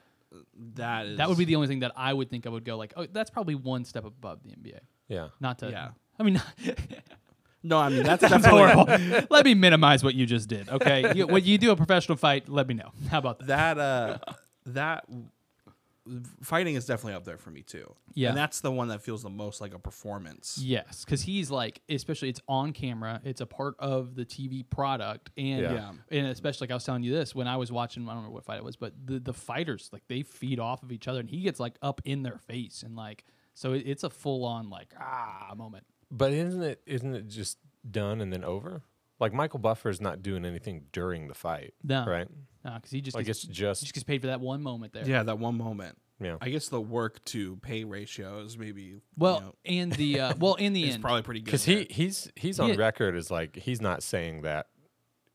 Speaker 3: that is
Speaker 2: That would be the only thing that I would think I would go like, oh, that's probably one step above the NBA.
Speaker 1: yeah.
Speaker 2: Not to.
Speaker 3: Yeah.
Speaker 2: I mean,
Speaker 3: No, I mean that's
Speaker 2: Oh,
Speaker 3: definitely
Speaker 2: let me minimize what you just did. Okay, you, when you do a professional fight, let me know. How about that?
Speaker 3: that uh that fighting is definitely up there for me too.
Speaker 2: Yeah.
Speaker 3: and that's the one that feels the most like a performance.
Speaker 2: Yes, because he's like, especially it's on camera. It's a part of the TV product, and
Speaker 1: Yeah.
Speaker 3: Yeah.
Speaker 2: and especially like I was telling you this when I was watching. I don't remember what fight it was, but the the fighters like they feed off of each other, and he gets like up in their face, and like so it, it's a full on like ah moment.
Speaker 1: But isn't it isn't it just done and then over? Like Michael Buffer is not doing anything during the fight,
Speaker 2: No,
Speaker 1: right?
Speaker 2: because he just
Speaker 1: Like
Speaker 2: gets,
Speaker 1: it's just
Speaker 2: just gets paid for that one moment there.
Speaker 3: Yeah, that one moment.
Speaker 1: Yeah.
Speaker 3: I guess the work to pay ratio is maybe
Speaker 2: Well,
Speaker 3: you know,
Speaker 2: and the uh, well, in the
Speaker 3: is
Speaker 2: end,
Speaker 3: probably pretty good
Speaker 1: because he he's he's on
Speaker 2: Yeah.
Speaker 1: record as like he's not saying that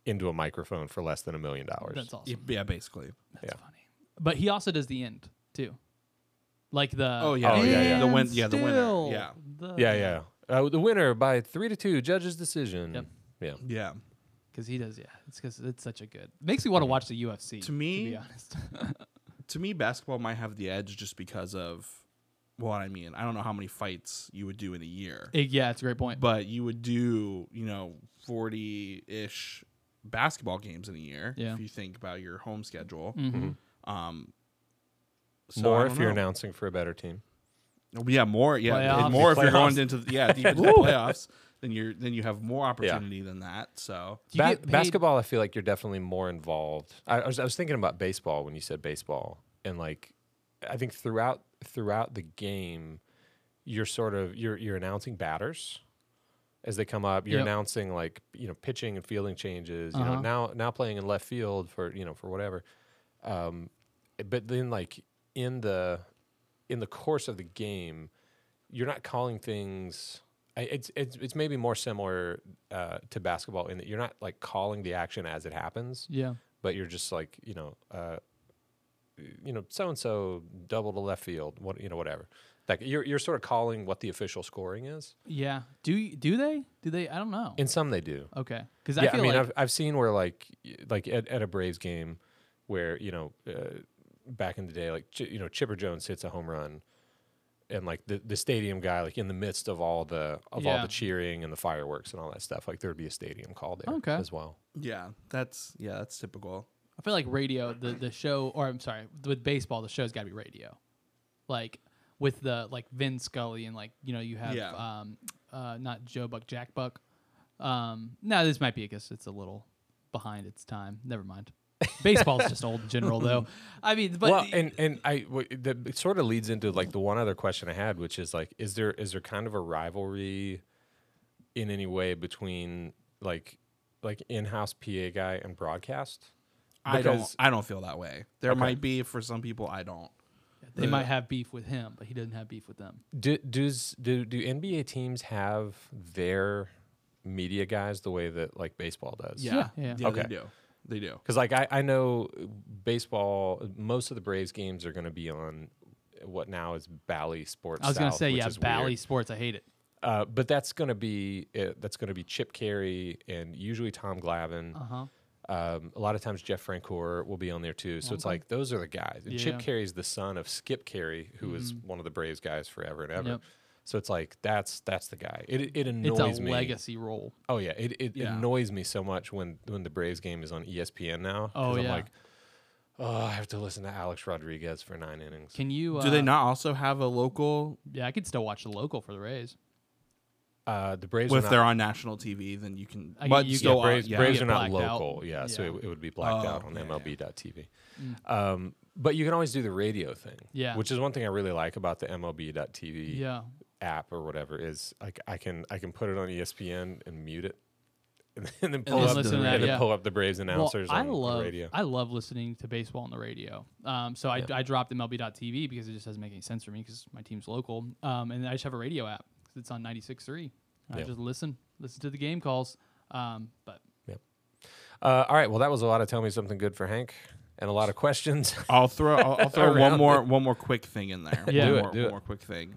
Speaker 1: into a microphone for less than a million dollars.
Speaker 2: that's awesome.
Speaker 3: there. yeah, basically.
Speaker 2: That's
Speaker 1: Yeah.
Speaker 2: funny. But he also does the end too, like the
Speaker 3: Oh yeah,
Speaker 1: Oh, yeah, yeah.
Speaker 3: the win,
Speaker 2: And
Speaker 3: yeah, the winner,
Speaker 2: still,
Speaker 3: yeah,
Speaker 2: the,
Speaker 1: Yeah, yeah. Uh, the winner by three to two, judges' decision.
Speaker 2: Yep.
Speaker 1: Yeah,
Speaker 3: yeah.
Speaker 2: Because he does, yeah. It's because it's such a good. Makes me want to watch the UFC.
Speaker 3: To me-
Speaker 2: to be honest,
Speaker 3: To me, basketball might have the edge just because of what I mean. I don't know how many fights you would do in a year.
Speaker 2: It- yeah, it's a great point.
Speaker 3: but you would do you know 40-ish basketball games in a year
Speaker 2: Yeah.
Speaker 3: if you think about your home schedule
Speaker 2: hmm
Speaker 3: um so I
Speaker 1: Mm-hmm. more if
Speaker 3: don't
Speaker 1: you're
Speaker 3: know.
Speaker 1: announcing for a better team.
Speaker 3: yeah more yeah
Speaker 2: Playoffs.
Speaker 3: and more if you're
Speaker 1: Playoffs.
Speaker 3: going into the, yeah deep into the playoffs then you're then you have more opportunity than that so
Speaker 2: Do you
Speaker 1: Ba-
Speaker 2: get paid-
Speaker 1: basketball, I feel like you're definitely more involved. I, I was I was thinking about baseball when you said baseball, and like I think throughout throughout the game, you're sort of you're you're announcing batters as they come up. You're
Speaker 2: Yep.
Speaker 1: announcing like you know pitching and fielding changes. You
Speaker 2: Uh-huh.
Speaker 1: know now now playing in left field for you know for whatever. Um, but then like in the in the course of the game, you're not calling things. I- It's it's it's maybe more similar uh, to basketball in that you're not like calling the action as it happens,
Speaker 2: Yeah.
Speaker 1: but you're just like you know, uh, you know, so and so double to left field, what you know, whatever. Like you're you're sort of calling what the official scoring is.
Speaker 2: Yeah. Do y- do they? Do they? I don't know.
Speaker 1: In some they do.
Speaker 2: okay. Because
Speaker 1: yeah,
Speaker 2: I feel
Speaker 1: I mean,
Speaker 2: like
Speaker 1: I've I've seen where like y- like at, at a Braves game, where you know, uh, back in the day, like Ch- you know, Chipper Jones hits a home run, and like the, the stadium guy, like in the midst of all the of all
Speaker 2: Yeah.
Speaker 1: the cheering and the fireworks and all that stuff, like there would be a stadium call there
Speaker 2: Okay.
Speaker 1: as well.
Speaker 3: yeah that's yeah that's typical
Speaker 2: I feel like radio, the the show, or I'm sorry, with baseball, the show's got to be radio. Like with the like Vin Scully and like you know you have
Speaker 3: Yeah.
Speaker 2: um uh not Joe Buck Jack Buck. Um, no, this might be I guess it's a little behind its time. Never mind. Baseball's just old in general, though. I mean, but
Speaker 1: well, and and I w- the, it sort of leads into like the one other question I had, which is like, is there is there kind of a rivalry in any way between like like in house PA guy and broadcast?
Speaker 3: I don't.
Speaker 1: Because-
Speaker 3: I don't feel that way. There
Speaker 1: Okay.
Speaker 3: might be for some people. I don't.
Speaker 2: they might have beef with him, but he doesn't have beef with them.
Speaker 1: Do does do do NBA teams have their media guys the way that like baseball does?
Speaker 2: Yeah. Yeah.
Speaker 1: Okay.
Speaker 3: They do. They do.
Speaker 1: Because like I, I know baseball, most of the Braves games are going to be on what now is Bally Sports.
Speaker 2: I was gonna
Speaker 1: South,
Speaker 2: say,
Speaker 1: which
Speaker 2: yeah,
Speaker 1: is
Speaker 2: Bally
Speaker 1: weird.
Speaker 2: Sports. I hate it.
Speaker 1: Uh, but that's going to be uh, that's going to be Chip Carey and usually Tom Glavine.
Speaker 2: Uh huh.
Speaker 1: Um, a lot of times Jeff Francoeur will be on there too. So it's
Speaker 2: Okay.
Speaker 1: like those are the guys. And
Speaker 2: Yeah. Mm-hmm.
Speaker 1: Chip Carey's the son of Skip Carey, who was one of the Braves guys forever and ever.
Speaker 2: Yep.
Speaker 1: So it's like that's that's the guy. It it
Speaker 2: It's
Speaker 1: annoys
Speaker 2: a
Speaker 1: me.
Speaker 2: legacy role.
Speaker 1: Oh yeah, it, it
Speaker 3: Yeah.
Speaker 1: annoys me so much when when the Braves game is on E ESPN now. 'cause
Speaker 2: Oh,
Speaker 1: I'm
Speaker 2: yeah.
Speaker 1: like, oh, I have to listen to Alex Rodriguez for nine innings.
Speaker 2: Can you? Uh,
Speaker 3: Do they not also have a local?
Speaker 2: Yeah, I could still watch the local for the Rays.
Speaker 1: Uh, the Braves
Speaker 3: Well,
Speaker 1: are
Speaker 3: if
Speaker 1: not,
Speaker 3: they're on national TV, then you can.
Speaker 2: I-
Speaker 3: but
Speaker 2: you
Speaker 1: yeah,
Speaker 3: still, are-
Speaker 1: Braves,
Speaker 3: yeah.
Speaker 1: Braves
Speaker 2: get
Speaker 1: are not
Speaker 2: blacked out.
Speaker 1: local. Yeah, so
Speaker 2: Yeah.
Speaker 1: it, it would be blacked
Speaker 3: Oh,
Speaker 1: out on
Speaker 3: yeah, yeah.
Speaker 1: MLB.tv. Um, but you can always do the radio thing.
Speaker 2: Mm. Yeah.
Speaker 1: which is one thing I really like about the MLB.tv
Speaker 2: Yeah.
Speaker 1: app or whatever is like I can I can put it on E ESPN and mute it, and, then pull
Speaker 2: then
Speaker 1: up
Speaker 2: listen to that,
Speaker 1: and then
Speaker 2: yeah.
Speaker 1: pull up the Braves announcers
Speaker 2: well, I
Speaker 1: on
Speaker 2: love
Speaker 1: the radio.
Speaker 2: I love listening to baseball on the radio. Um, so I, I dropped MLB.TV because it just doesn't make any sense for me because my team's local. Um, and I just have a radio app 'cause it's on 96.3. I
Speaker 1: Yeah.
Speaker 2: just listen listen to the game calls. Um, but
Speaker 1: Uh, all right. Well, that was a lot of tell me something good for Hank and a lot of questions.
Speaker 3: I'll throw. I'll, I'll throw
Speaker 1: Around
Speaker 3: one more. One more quick thing in there.
Speaker 2: Yeah.
Speaker 3: One
Speaker 2: Do it,
Speaker 3: more,
Speaker 1: do
Speaker 3: one
Speaker 1: it.
Speaker 3: more quick thing.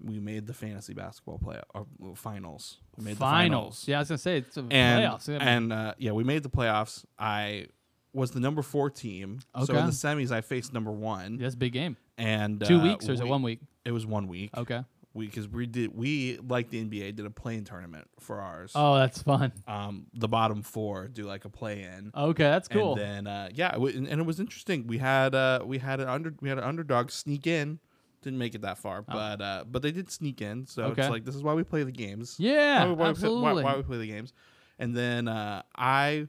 Speaker 3: We made the fantasy basketball play uh, finals. We made
Speaker 2: finals.
Speaker 3: the finals.
Speaker 2: Yeah, I was gonna say it's a
Speaker 3: And
Speaker 2: playoffs. yeah.
Speaker 3: and uh, yeah, we made the playoffs. I was the number four team. So
Speaker 2: Okay.
Speaker 3: in the semis, I faced number one.
Speaker 2: that's a big game.
Speaker 3: And
Speaker 2: Two
Speaker 3: uh,
Speaker 2: weeks or is it
Speaker 3: we-
Speaker 2: one week?
Speaker 3: It was one week.
Speaker 2: Okay.
Speaker 3: we because we did we like the NBA did a playing tournament for ours.
Speaker 2: Oh, that's fun.
Speaker 3: Um, the bottom four do like a play in.
Speaker 2: Okay, Oh, that's cool.
Speaker 3: And then uh, yeah, it wa- and, and it was interesting. We had uh, we had an under we had an underdog sneak in. Didn't make it that far, but uh, but they did sneak in. So
Speaker 2: Oh. Okay.
Speaker 3: it's like this is why we play the games.
Speaker 2: Yeah,
Speaker 3: Why we- why we play- why-
Speaker 2: absolutely.
Speaker 3: why we play the games. And then uh, I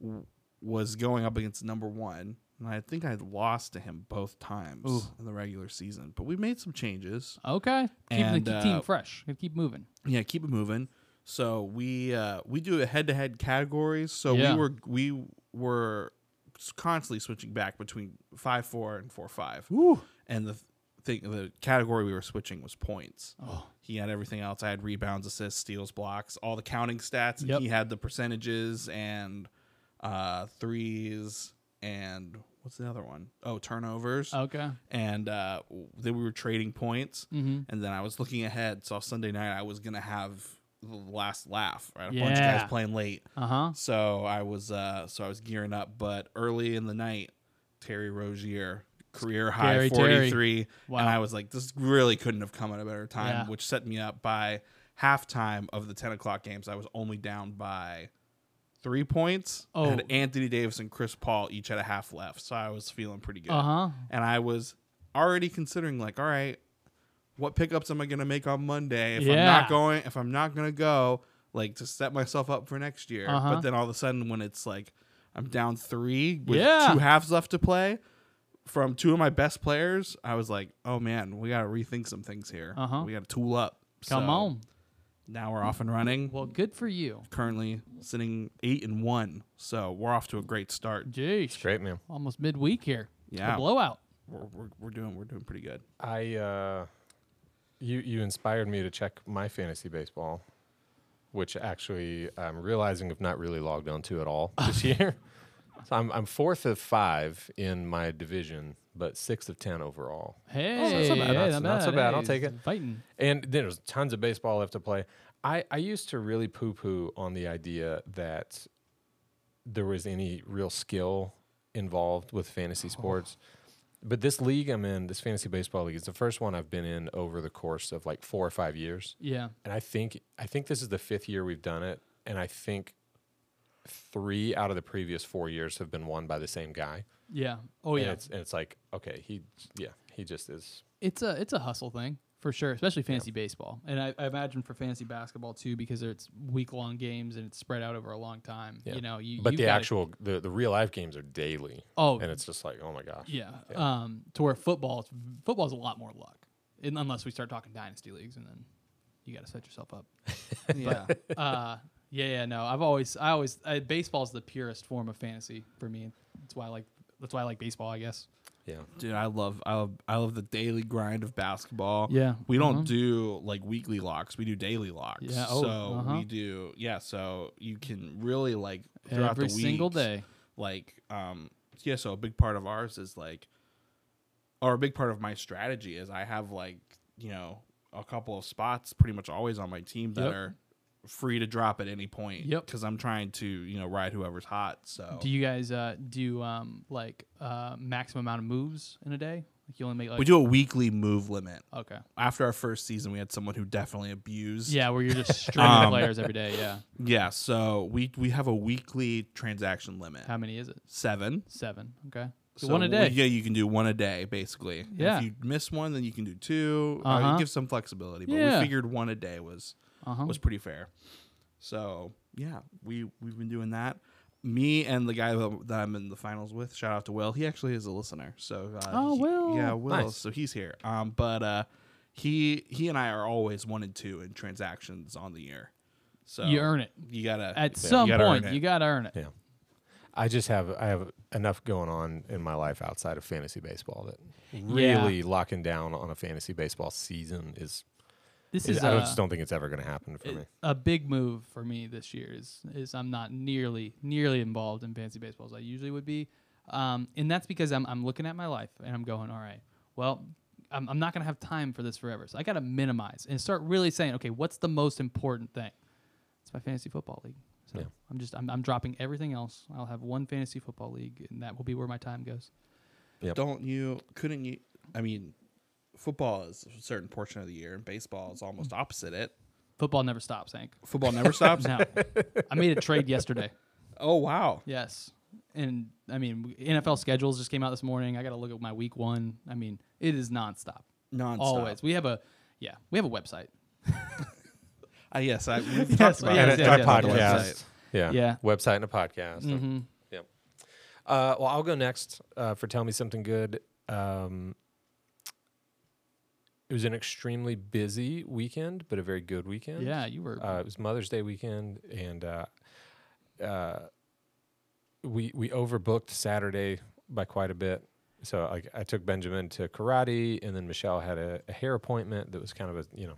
Speaker 3: w- was going up against number one, and I think I lost to him both times in the regular season. But we made some changes.
Speaker 2: okay. Keep
Speaker 3: And,
Speaker 2: the ke- team
Speaker 3: uh,
Speaker 2: fresh. Keep moving.
Speaker 3: Yeah, keep it moving. So we uh, we do a head to head categories. So
Speaker 2: Yeah.
Speaker 3: we were we were s- constantly switching back between five four and four five. And the th- thing, the category we were switching was points. He had everything else. I had rebounds, assists, steals, blocks, all the counting stats. And
Speaker 2: Yep.
Speaker 3: He had the percentages and uh, threes and what's the other one? Oh, turnovers
Speaker 2: Okay. Mm-hmm.
Speaker 3: and uh, w- then we were trading points. And then I was looking ahead, saw Sunday night I was gonna have the last laugh. Right, a bunch of
Speaker 2: Yeah.
Speaker 3: guys playing late,
Speaker 2: Uh huh.
Speaker 3: so I was uh, so I was gearing up. But early in the night, Terry Rozier career high
Speaker 2: Scary Terry.
Speaker 3: forty three,
Speaker 2: Wow.
Speaker 3: and I was like, this really couldn't have come at a better time,
Speaker 2: Yeah.
Speaker 3: which set me up by halftime of the ten o'clock games. I was only down by. Three points.
Speaker 2: Oh.
Speaker 3: And Anthony Davis and Chris Paul each had a half left, so I was feeling pretty good
Speaker 2: Uh huh.
Speaker 3: and I was already considering like, all right, what pickups am I gonna make on Monday if I'm
Speaker 2: Yeah.
Speaker 3: not going if I'm not gonna go, like to set myself up for next year.
Speaker 2: Uh-huh.
Speaker 3: But then all of a sudden when it's like I'm down three with
Speaker 2: Yeah.
Speaker 3: two halves left to play from two of my best players, I was like, oh man, we gotta rethink some things here.
Speaker 2: Uh-huh.
Speaker 3: We gotta tool up.
Speaker 2: Come
Speaker 3: So
Speaker 2: on.
Speaker 3: Now we're off and running.
Speaker 2: Well, good for you.
Speaker 3: Currently sitting eight and one, so we're off to a great start.
Speaker 2: Jeez.
Speaker 1: Great man.
Speaker 2: Almost midweek here.
Speaker 3: Yeah.
Speaker 2: The blowout.
Speaker 3: We're, we're, we're doing we're doing pretty good.
Speaker 1: I uh, you you inspired me to check my fantasy baseball, which actually I'm realizing I've not really logged onto at all this year. So I'm I'm fourth of five in my division, but sixth of ten overall.
Speaker 2: Hey,
Speaker 1: so bad.
Speaker 2: hey,
Speaker 1: Oh, Not so- not so bad. I'll
Speaker 2: Hey,
Speaker 1: take it.
Speaker 2: Fighting.
Speaker 1: And then there's tons of baseball left to play. I, I used to really poo poo on the idea that there was any real skill involved with
Speaker 2: Oh.
Speaker 1: fantasy sports. But this league I'm in, this fantasy baseball league, is the first one I've been in over the course of like four or five years.
Speaker 2: Yeah.
Speaker 1: And I think I think this is the fifth year we've done it. And I think three out of the previous four years have been won by the same guy.
Speaker 2: Yeah. Oh
Speaker 1: And
Speaker 2: yeah.
Speaker 1: it's
Speaker 2: It's,
Speaker 1: and it's like, okay, he yeah, he just is
Speaker 2: a it's a hustle thing. for sure, especially fantasy baseball, and I, I imagine for fantasy basketball too, because it's week long games and it's spread out over a long time.
Speaker 1: Yeah.
Speaker 2: You know, you
Speaker 1: But
Speaker 2: you
Speaker 1: the
Speaker 2: gotta-
Speaker 1: actual the, the real life games are daily.
Speaker 2: Oh.
Speaker 1: and it's just like oh my gosh.
Speaker 2: yeah, um, to where football it's- football's a lot more luck, and unless we start talking dynasty leagues, and then you got to set yourself up.
Speaker 3: yeah.
Speaker 2: uh, yeah, yeah, no. I've always, I always, uh, baseball's the purest form of fantasy for me. That's why I like, that's why I like baseball, I guess.
Speaker 1: Yeah,
Speaker 3: Dude, I love I love I love the daily grind of basketball.
Speaker 2: Yeah.
Speaker 3: We don't
Speaker 2: Uh-huh.
Speaker 3: do like weekly locks. We do daily locks.
Speaker 2: Yeah, oh,
Speaker 3: so
Speaker 2: uh-huh.
Speaker 3: we do yeah, so you can really like throughout
Speaker 2: Every
Speaker 3: the week
Speaker 2: single day.
Speaker 3: like um yeah so a big part of ours is like or a big part of my strategy is i have like you know a couple of spots pretty much always on my team that
Speaker 2: Yep.
Speaker 3: are free to drop at any point
Speaker 2: Yep.
Speaker 3: because i'm trying to you know ride whoever's hot so
Speaker 2: Do you guys uh, do um, like uh, maximum amount of moves in a day? Like you only make like
Speaker 3: we do a weekly move limit
Speaker 2: okay,
Speaker 3: after our first season we had someone who definitely abused
Speaker 2: yeah, where you're just streaming
Speaker 3: Um,
Speaker 2: players every day. Yeah,
Speaker 3: yeah so we we have a weekly transaction limit
Speaker 2: how many is it?
Speaker 3: seven
Speaker 2: Seven. Okay, so
Speaker 3: So
Speaker 2: one a
Speaker 3: we-
Speaker 2: day.
Speaker 3: yeah, you can do one a day basically. And
Speaker 2: Yeah.
Speaker 3: If you miss one, then you can do two. Uh,
Speaker 2: Uh-huh.
Speaker 3: it gives some flexibility, but
Speaker 2: Yeah.
Speaker 3: we figured one a day was
Speaker 2: Uh-huh.
Speaker 3: was pretty fair. So yeah, we we've been doing that. Me and the guy that that I'm in the finals with. Shout out to Will. He actually is a listener. So uh,
Speaker 2: Oh,
Speaker 3: he-
Speaker 2: Will.
Speaker 3: yeah, Will.
Speaker 1: Nice.
Speaker 3: So he's here. Um, but uh, he he and I are always one and two in transactions on the year. So
Speaker 2: You earn it
Speaker 3: You gotta
Speaker 2: at
Speaker 3: yeah,
Speaker 2: some
Speaker 3: you gotta earn
Speaker 2: point.
Speaker 3: it.
Speaker 2: You gotta earn it.
Speaker 1: yeah. I just have I have enough going on in my life outside of fantasy baseball that really locking down on a fantasy baseball season is.
Speaker 2: This
Speaker 1: is-
Speaker 2: is
Speaker 1: I
Speaker 2: uh,
Speaker 1: just don't think it's ever going to happen for me.
Speaker 2: a big move for me this year is is I'm not nearly nearly involved in fantasy baseball as I usually would be, um, and that's because I'm I'm looking at my life and I'm going all right. Well, I'm, I'm not gonna have time for this forever, so I gotta minimize and start really saying okay, what's the most important thing? It's my fantasy football league. So
Speaker 1: Yeah.
Speaker 2: I'm just I'm, I'm dropping everything else. I'll have one fantasy football league, and that will be where my time goes.
Speaker 3: don't you couldn't you i mean football is a certain portion of the year and baseball is almost opposite it
Speaker 2: Football never stops, Hank.
Speaker 3: football never stops
Speaker 2: No, I made a trade yesterday.
Speaker 3: oh wow
Speaker 2: Yes. And I mean, NFL schedules just came out this morning. I got to look at my week one. I mean, it is nonstop.
Speaker 3: non
Speaker 2: Always. We have a, yeah, we have a website.
Speaker 3: uh, yes i we've
Speaker 2: Yes,
Speaker 3: talked about
Speaker 2: yes, yes,
Speaker 3: it.
Speaker 2: yes,
Speaker 3: Talked
Speaker 2: yes,
Speaker 3: about the
Speaker 2: yes.
Speaker 3: website.
Speaker 1: Yeah.
Speaker 2: Yeah. Mm-hmm.
Speaker 1: Website and a podcast. Yep. Uh, well, I'll go next uh, for Tell Me Something Good. Um, it was an extremely busy weekend, but a very good weekend.
Speaker 2: Yeah, you were.
Speaker 1: Uh, it was Mother's Day weekend, and uh, uh, we we overbooked Saturday by quite a bit. So like I took Benjamin to karate, and then Michelle had a, a hair appointment that was kind of a you know,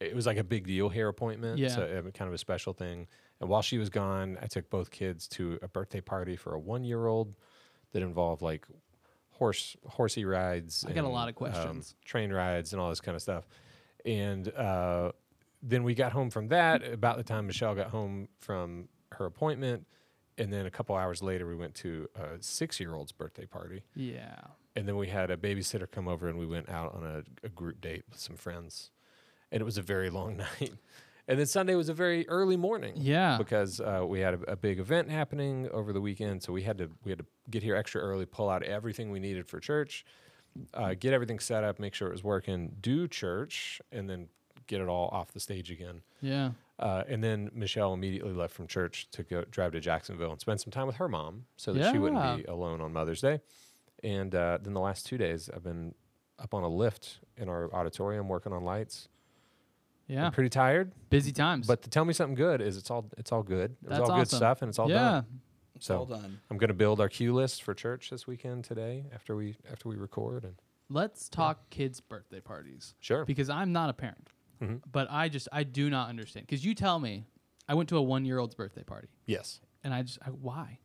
Speaker 1: it was like a big deal hair appointment.
Speaker 2: Yeah.
Speaker 1: So it was kind of a special thing. And while she was gone, I took both kids to a birthday party for a one year old that involved like horse horsey rides.
Speaker 2: I got a lot
Speaker 1: um,
Speaker 2: of questions.
Speaker 1: train rides and all this kind of stuff. And uh, then we got home from that about the time Michelle got home from her appointment. And then a couple hours later, we went to a six year old's birthday party.
Speaker 2: yeah.
Speaker 1: And then we had a babysitter come over and we went out on a, a group date with some friends. And it was a very long night. And then Sunday was a very early morning.
Speaker 2: Yeah.
Speaker 1: Because uh, we had a, a big event happening over the weekend, so we had to we had to get here extra early, pull out everything we needed for church, uh, get everything set up, make sure it was working, do church, and then get it all off the stage again.
Speaker 2: Yeah.
Speaker 1: Uh, and then Michelle immediately left from church to go drive to Jacksonville and spend some time with her mom so that she
Speaker 2: Yeah.
Speaker 1: wouldn't be alone on Mother's Day. And uh, then the last two days, I've been up on a lift in our auditorium working on lights.
Speaker 2: Yeah.
Speaker 1: I'm pretty tired,
Speaker 2: Busy times.
Speaker 1: but to tell me something good is it's all it's all good. It was
Speaker 2: That's
Speaker 1: all good
Speaker 2: awesome.
Speaker 1: stuff and it's all
Speaker 2: yeah.
Speaker 1: done.
Speaker 3: it's
Speaker 1: So
Speaker 3: all done
Speaker 1: I'm gonna build our cue list for church this weekend today after we after we record and
Speaker 2: Let's talk kids' birthday parties.
Speaker 1: sure.
Speaker 2: Because I'm not a parent,
Speaker 1: Mhm.
Speaker 2: but I just, I do not understand. Because you tell me, I went to a one year old's birthday party,
Speaker 1: yes.
Speaker 2: and I just, I, why?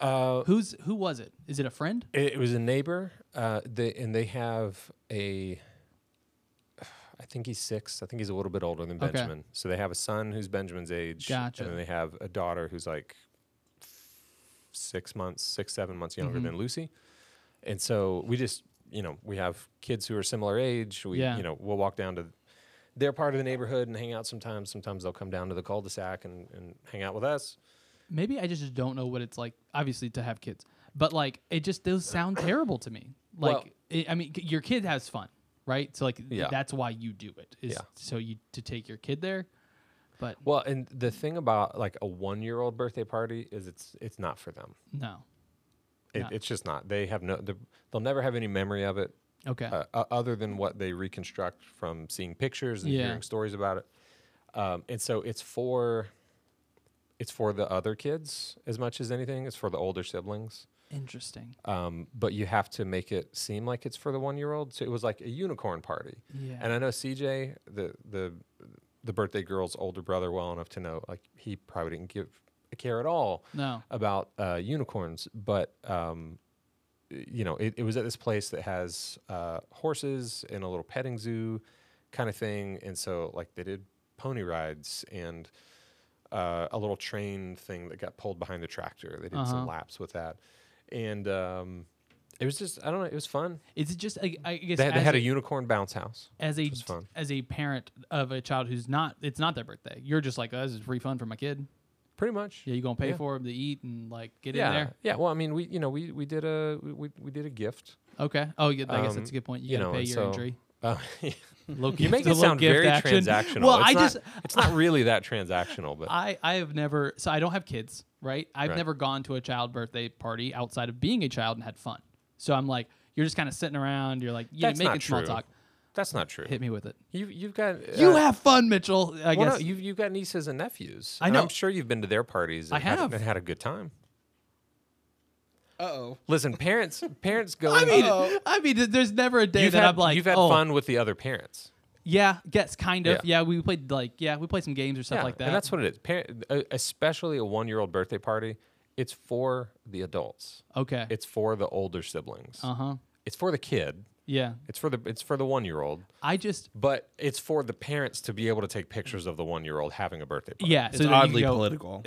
Speaker 1: Uh,
Speaker 2: Who's, who was it? Is it a friend?
Speaker 1: It, it was a neighbor. Uh, they, and they have a. I think he's six. I think he's a little bit older than
Speaker 2: Okay.
Speaker 1: Benjamin. So they have a son who's Benjamin's age.
Speaker 2: Gotcha.
Speaker 1: And then they have a daughter who's like six months, six, seven months younger
Speaker 2: Mhm.
Speaker 1: than Lucy. And so we just, you know, we have kids who are similar age. We,
Speaker 2: Yeah.
Speaker 1: you know, we'll walk down to their part of the neighborhood and hang out sometimes. Sometimes they'll come down to the cul de sac and, and hang out with us.
Speaker 2: maybe I just don't know what it's like, obviously, to have kids. But like, it just those sound terrible to me. Like,
Speaker 1: Well-
Speaker 2: it, I mean, c- your kid has fun, right? So like th-
Speaker 1: Yeah.
Speaker 2: that's why you do it is
Speaker 1: Yeah.
Speaker 2: so you to take your kid there. But
Speaker 1: Well, and the thing about like a one-year-old birthday party is it's it's not for them.
Speaker 2: no,
Speaker 1: It,
Speaker 2: No.
Speaker 1: It's just not. They have no. the- They'll never have any memory of it
Speaker 2: okay,
Speaker 1: uh, o- other than what they reconstruct from seeing pictures and
Speaker 2: Yeah.
Speaker 1: hearing stories about it. Um, and so it's for it's for the other kids as much as anything. It's for the older siblings.
Speaker 2: interesting.
Speaker 1: Um, but you have to make it seem like it's for the one-year-old. So it was like a unicorn party.
Speaker 2: Yeah,
Speaker 1: And I know CJ, the the the birthday girl's older brother, well enough to know like he probably didn't give a care at all
Speaker 2: no,
Speaker 1: about uh, unicorns, but um, y- you know, it, it was at this place that has uh, horses and a little petting zoo kind of thing, and so like they did pony rides and uh, a little train thing that got pulled behind the tractor. They did
Speaker 2: Uh-huh.
Speaker 1: some laps with that, and um, it was just I don't know, it was fun.
Speaker 2: is it just I, I guess
Speaker 1: They, had- they
Speaker 2: as
Speaker 1: had a
Speaker 2: a-
Speaker 1: unicorn bounce house.
Speaker 2: as a
Speaker 1: was
Speaker 2: d-
Speaker 1: fun.
Speaker 2: as a parent of a child who's not it's not their birthday. You're just like, oh, this is free fun for my kid.
Speaker 1: Pretty much.
Speaker 2: Yeah, you gonna pay
Speaker 1: Yeah.
Speaker 2: for them to eat and like get
Speaker 1: yeah.
Speaker 2: in there.
Speaker 1: Yeah. Well, I mean, we you know we we did a we- we, we did a gift.
Speaker 2: Okay. Oh, yeah, I guess
Speaker 1: Um,
Speaker 2: that's a good point. You,
Speaker 1: you
Speaker 2: gotta
Speaker 1: know,
Speaker 2: pay
Speaker 1: and
Speaker 2: your
Speaker 1: so-
Speaker 2: injury.
Speaker 1: Uh,
Speaker 2: Low
Speaker 1: you
Speaker 2: gift
Speaker 1: make
Speaker 2: to
Speaker 1: it
Speaker 2: low
Speaker 1: sound
Speaker 2: gift
Speaker 1: very
Speaker 2: action.
Speaker 1: transactional.
Speaker 2: Well,
Speaker 1: It's
Speaker 2: I
Speaker 1: not-
Speaker 2: just
Speaker 1: it's not really that transactional, but
Speaker 2: I I have never so I don't have kids, right? I've
Speaker 1: Right.
Speaker 2: never gone to a child birthday party outside of being a child and had fun. So I'm like, you're just kind of sitting around. You're like, you
Speaker 1: That's
Speaker 2: making
Speaker 1: not
Speaker 2: small
Speaker 1: true.
Speaker 2: talk.
Speaker 1: that's not true.
Speaker 2: Hit me with it.
Speaker 1: You you've got uh,
Speaker 2: you have fun, Mitchell. I
Speaker 1: well, no,
Speaker 2: guess.
Speaker 1: you've you've got nieces and nephews.
Speaker 2: I
Speaker 1: and
Speaker 2: know.
Speaker 1: I'm sure you've been to their parties. And
Speaker 2: I have.
Speaker 1: had, and had a good time.
Speaker 3: Uh oh.
Speaker 1: Listen, parents parents go.
Speaker 2: I
Speaker 1: into-
Speaker 2: mean,
Speaker 3: Uh-oh.
Speaker 2: I mean, th- there's never a day
Speaker 1: you've
Speaker 2: that
Speaker 1: had,
Speaker 2: I'm like,
Speaker 1: you've had
Speaker 2: oh,
Speaker 1: fun with the other parents.
Speaker 2: Yeah, guess kind of. Yeah.
Speaker 1: Yeah.
Speaker 2: we played like yeah, we played some games or stuff like that.
Speaker 1: and that's what it is. Par- uh, especially a one year old birthday party, it's for the adults.
Speaker 2: okay.
Speaker 1: It's for the older siblings.
Speaker 2: Uh huh.
Speaker 1: It's for the kid.
Speaker 2: Yeah,
Speaker 1: It's for the it's for the one year old.
Speaker 2: I just
Speaker 1: But it's for the parents to be able to take pictures of the one year old having a birthday party.
Speaker 2: yeah.
Speaker 3: It's
Speaker 2: so that you
Speaker 3: oddly
Speaker 2: go-
Speaker 3: political.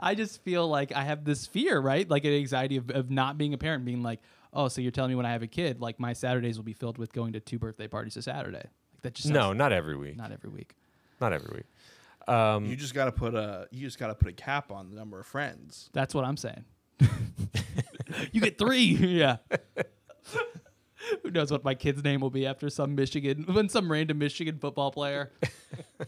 Speaker 2: I just feel like I have this fear, right? Like an anxiety of, of not being a parent, being like, oh, so you're telling me when I have a kid, like my Saturdays will be filled with going to two birthday parties a Saturday. Like that just sounds-
Speaker 1: No, not every week.
Speaker 2: not every week.
Speaker 1: Not every week. um,
Speaker 3: you just gotta put a you just gotta put a cap on the number of friends.
Speaker 2: That's what I'm saying. you get three, yeah. Who knows what my kid's name will be after some Michigan, when some random Michigan football player.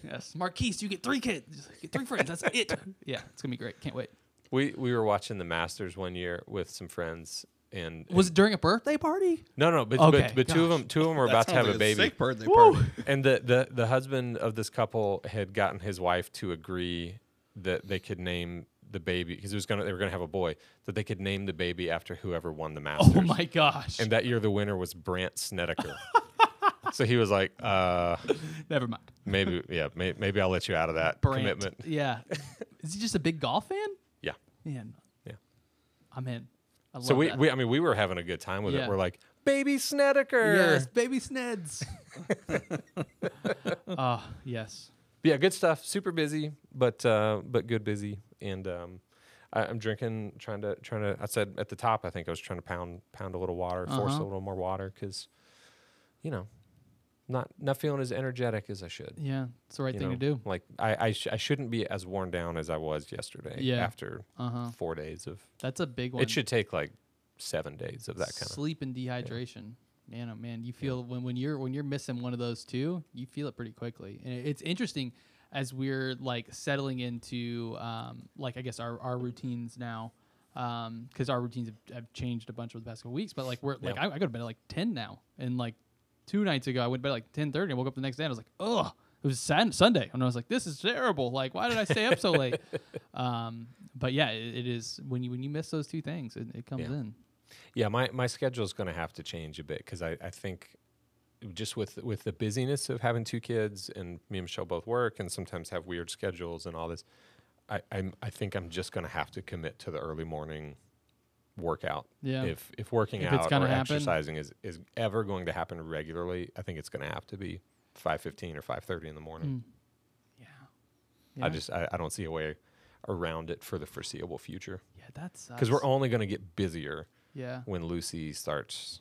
Speaker 2: yes, Marquise, you get three kids, get three friends. That's it. Yeah, it's gonna be great. Can't wait.
Speaker 1: We we were watching the Masters one year with some friends, and
Speaker 2: Was it during a birthday party?
Speaker 1: no, no, but
Speaker 2: Okay,
Speaker 1: but, but two of
Speaker 2: gosh.
Speaker 1: them two of them were about to have a baby,
Speaker 3: Sick birthday
Speaker 2: Woo!
Speaker 3: party.
Speaker 1: and the, the the husband of this couple had gotten his wife to agree that they could name the baby because it was gonna they were gonna have a boy that they could name the baby after whoever won the Masters.
Speaker 2: Oh my gosh!
Speaker 1: And that year the winner was Brant Snedeker. so he was like, uh,
Speaker 2: Never mind.
Speaker 1: maybe yeah, may, maybe I'll let you out of that
Speaker 2: Brant.
Speaker 1: commitment.
Speaker 2: Yeah. Is he just a big golf fan?
Speaker 1: Yeah.
Speaker 2: Man.
Speaker 1: Yeah.
Speaker 2: I'm in. I love
Speaker 1: So we,
Speaker 2: that.
Speaker 1: we I mean we were having a good time with
Speaker 2: Yeah.
Speaker 1: it. We're like, baby Snedeker.
Speaker 2: yes, baby Sneds. Ah, yes.
Speaker 1: yeah, good stuff. Super busy, but uh, but good busy. And um, I, I'm drinking, trying to trying to. I said at the top, I think I was trying to pound pound a little water, force a
Speaker 2: Uh-huh.
Speaker 1: little more water, because you know, not not feeling as energetic as I should.
Speaker 2: Yeah, it's the right
Speaker 1: you
Speaker 2: thing
Speaker 1: know?
Speaker 2: to do.
Speaker 1: Like I I, sh- I shouldn't be as worn down as I was yesterday.
Speaker 2: Yeah.
Speaker 1: After
Speaker 2: Uh huh.
Speaker 1: four days of,
Speaker 2: That's a big one.
Speaker 1: it should take like seven days of that kind of.
Speaker 2: sleep and dehydration. Man, oh man, you feel when, when you're when you're missing one of those two, you feel it pretty quickly. And it- it's interesting as we're like settling into um, like I guess our, our routines now because our routines have, have changed a bunch over the past couple weeks. But like we're like I, I go to bed at like ten now, and like two nights ago I went to bed at like ten thirty. I woke up the next day and I was like, ugh. It was Sun- Sunday, and I was like, "This is terrible! Like, why did I stay up so late?" Um, but yeah, it, it is when you when you miss those two things, it, it comes
Speaker 1: Yeah.
Speaker 2: in.
Speaker 1: Yeah, my my schedule's going to have to change a bit because I, I think just with with the busyness of having two kids and me and Michelle both work and sometimes have weird schedules and all this, I I'm, I think I'm just going to have to commit to the early morning workout.
Speaker 2: Yeah.
Speaker 1: If if working
Speaker 2: If it's
Speaker 1: out
Speaker 2: gonna
Speaker 1: or
Speaker 2: happen.
Speaker 1: exercising is is ever going to happen regularly, I think it's going to have to be five fifteen or five thirty in the morning.
Speaker 2: Yeah.
Speaker 1: I
Speaker 2: Mm. Yeah.
Speaker 1: just I, I don't see a way around it for the foreseeable future
Speaker 2: Yeah, that sucks.
Speaker 1: because we're only going to get busier
Speaker 2: yeah.
Speaker 1: when Lucy starts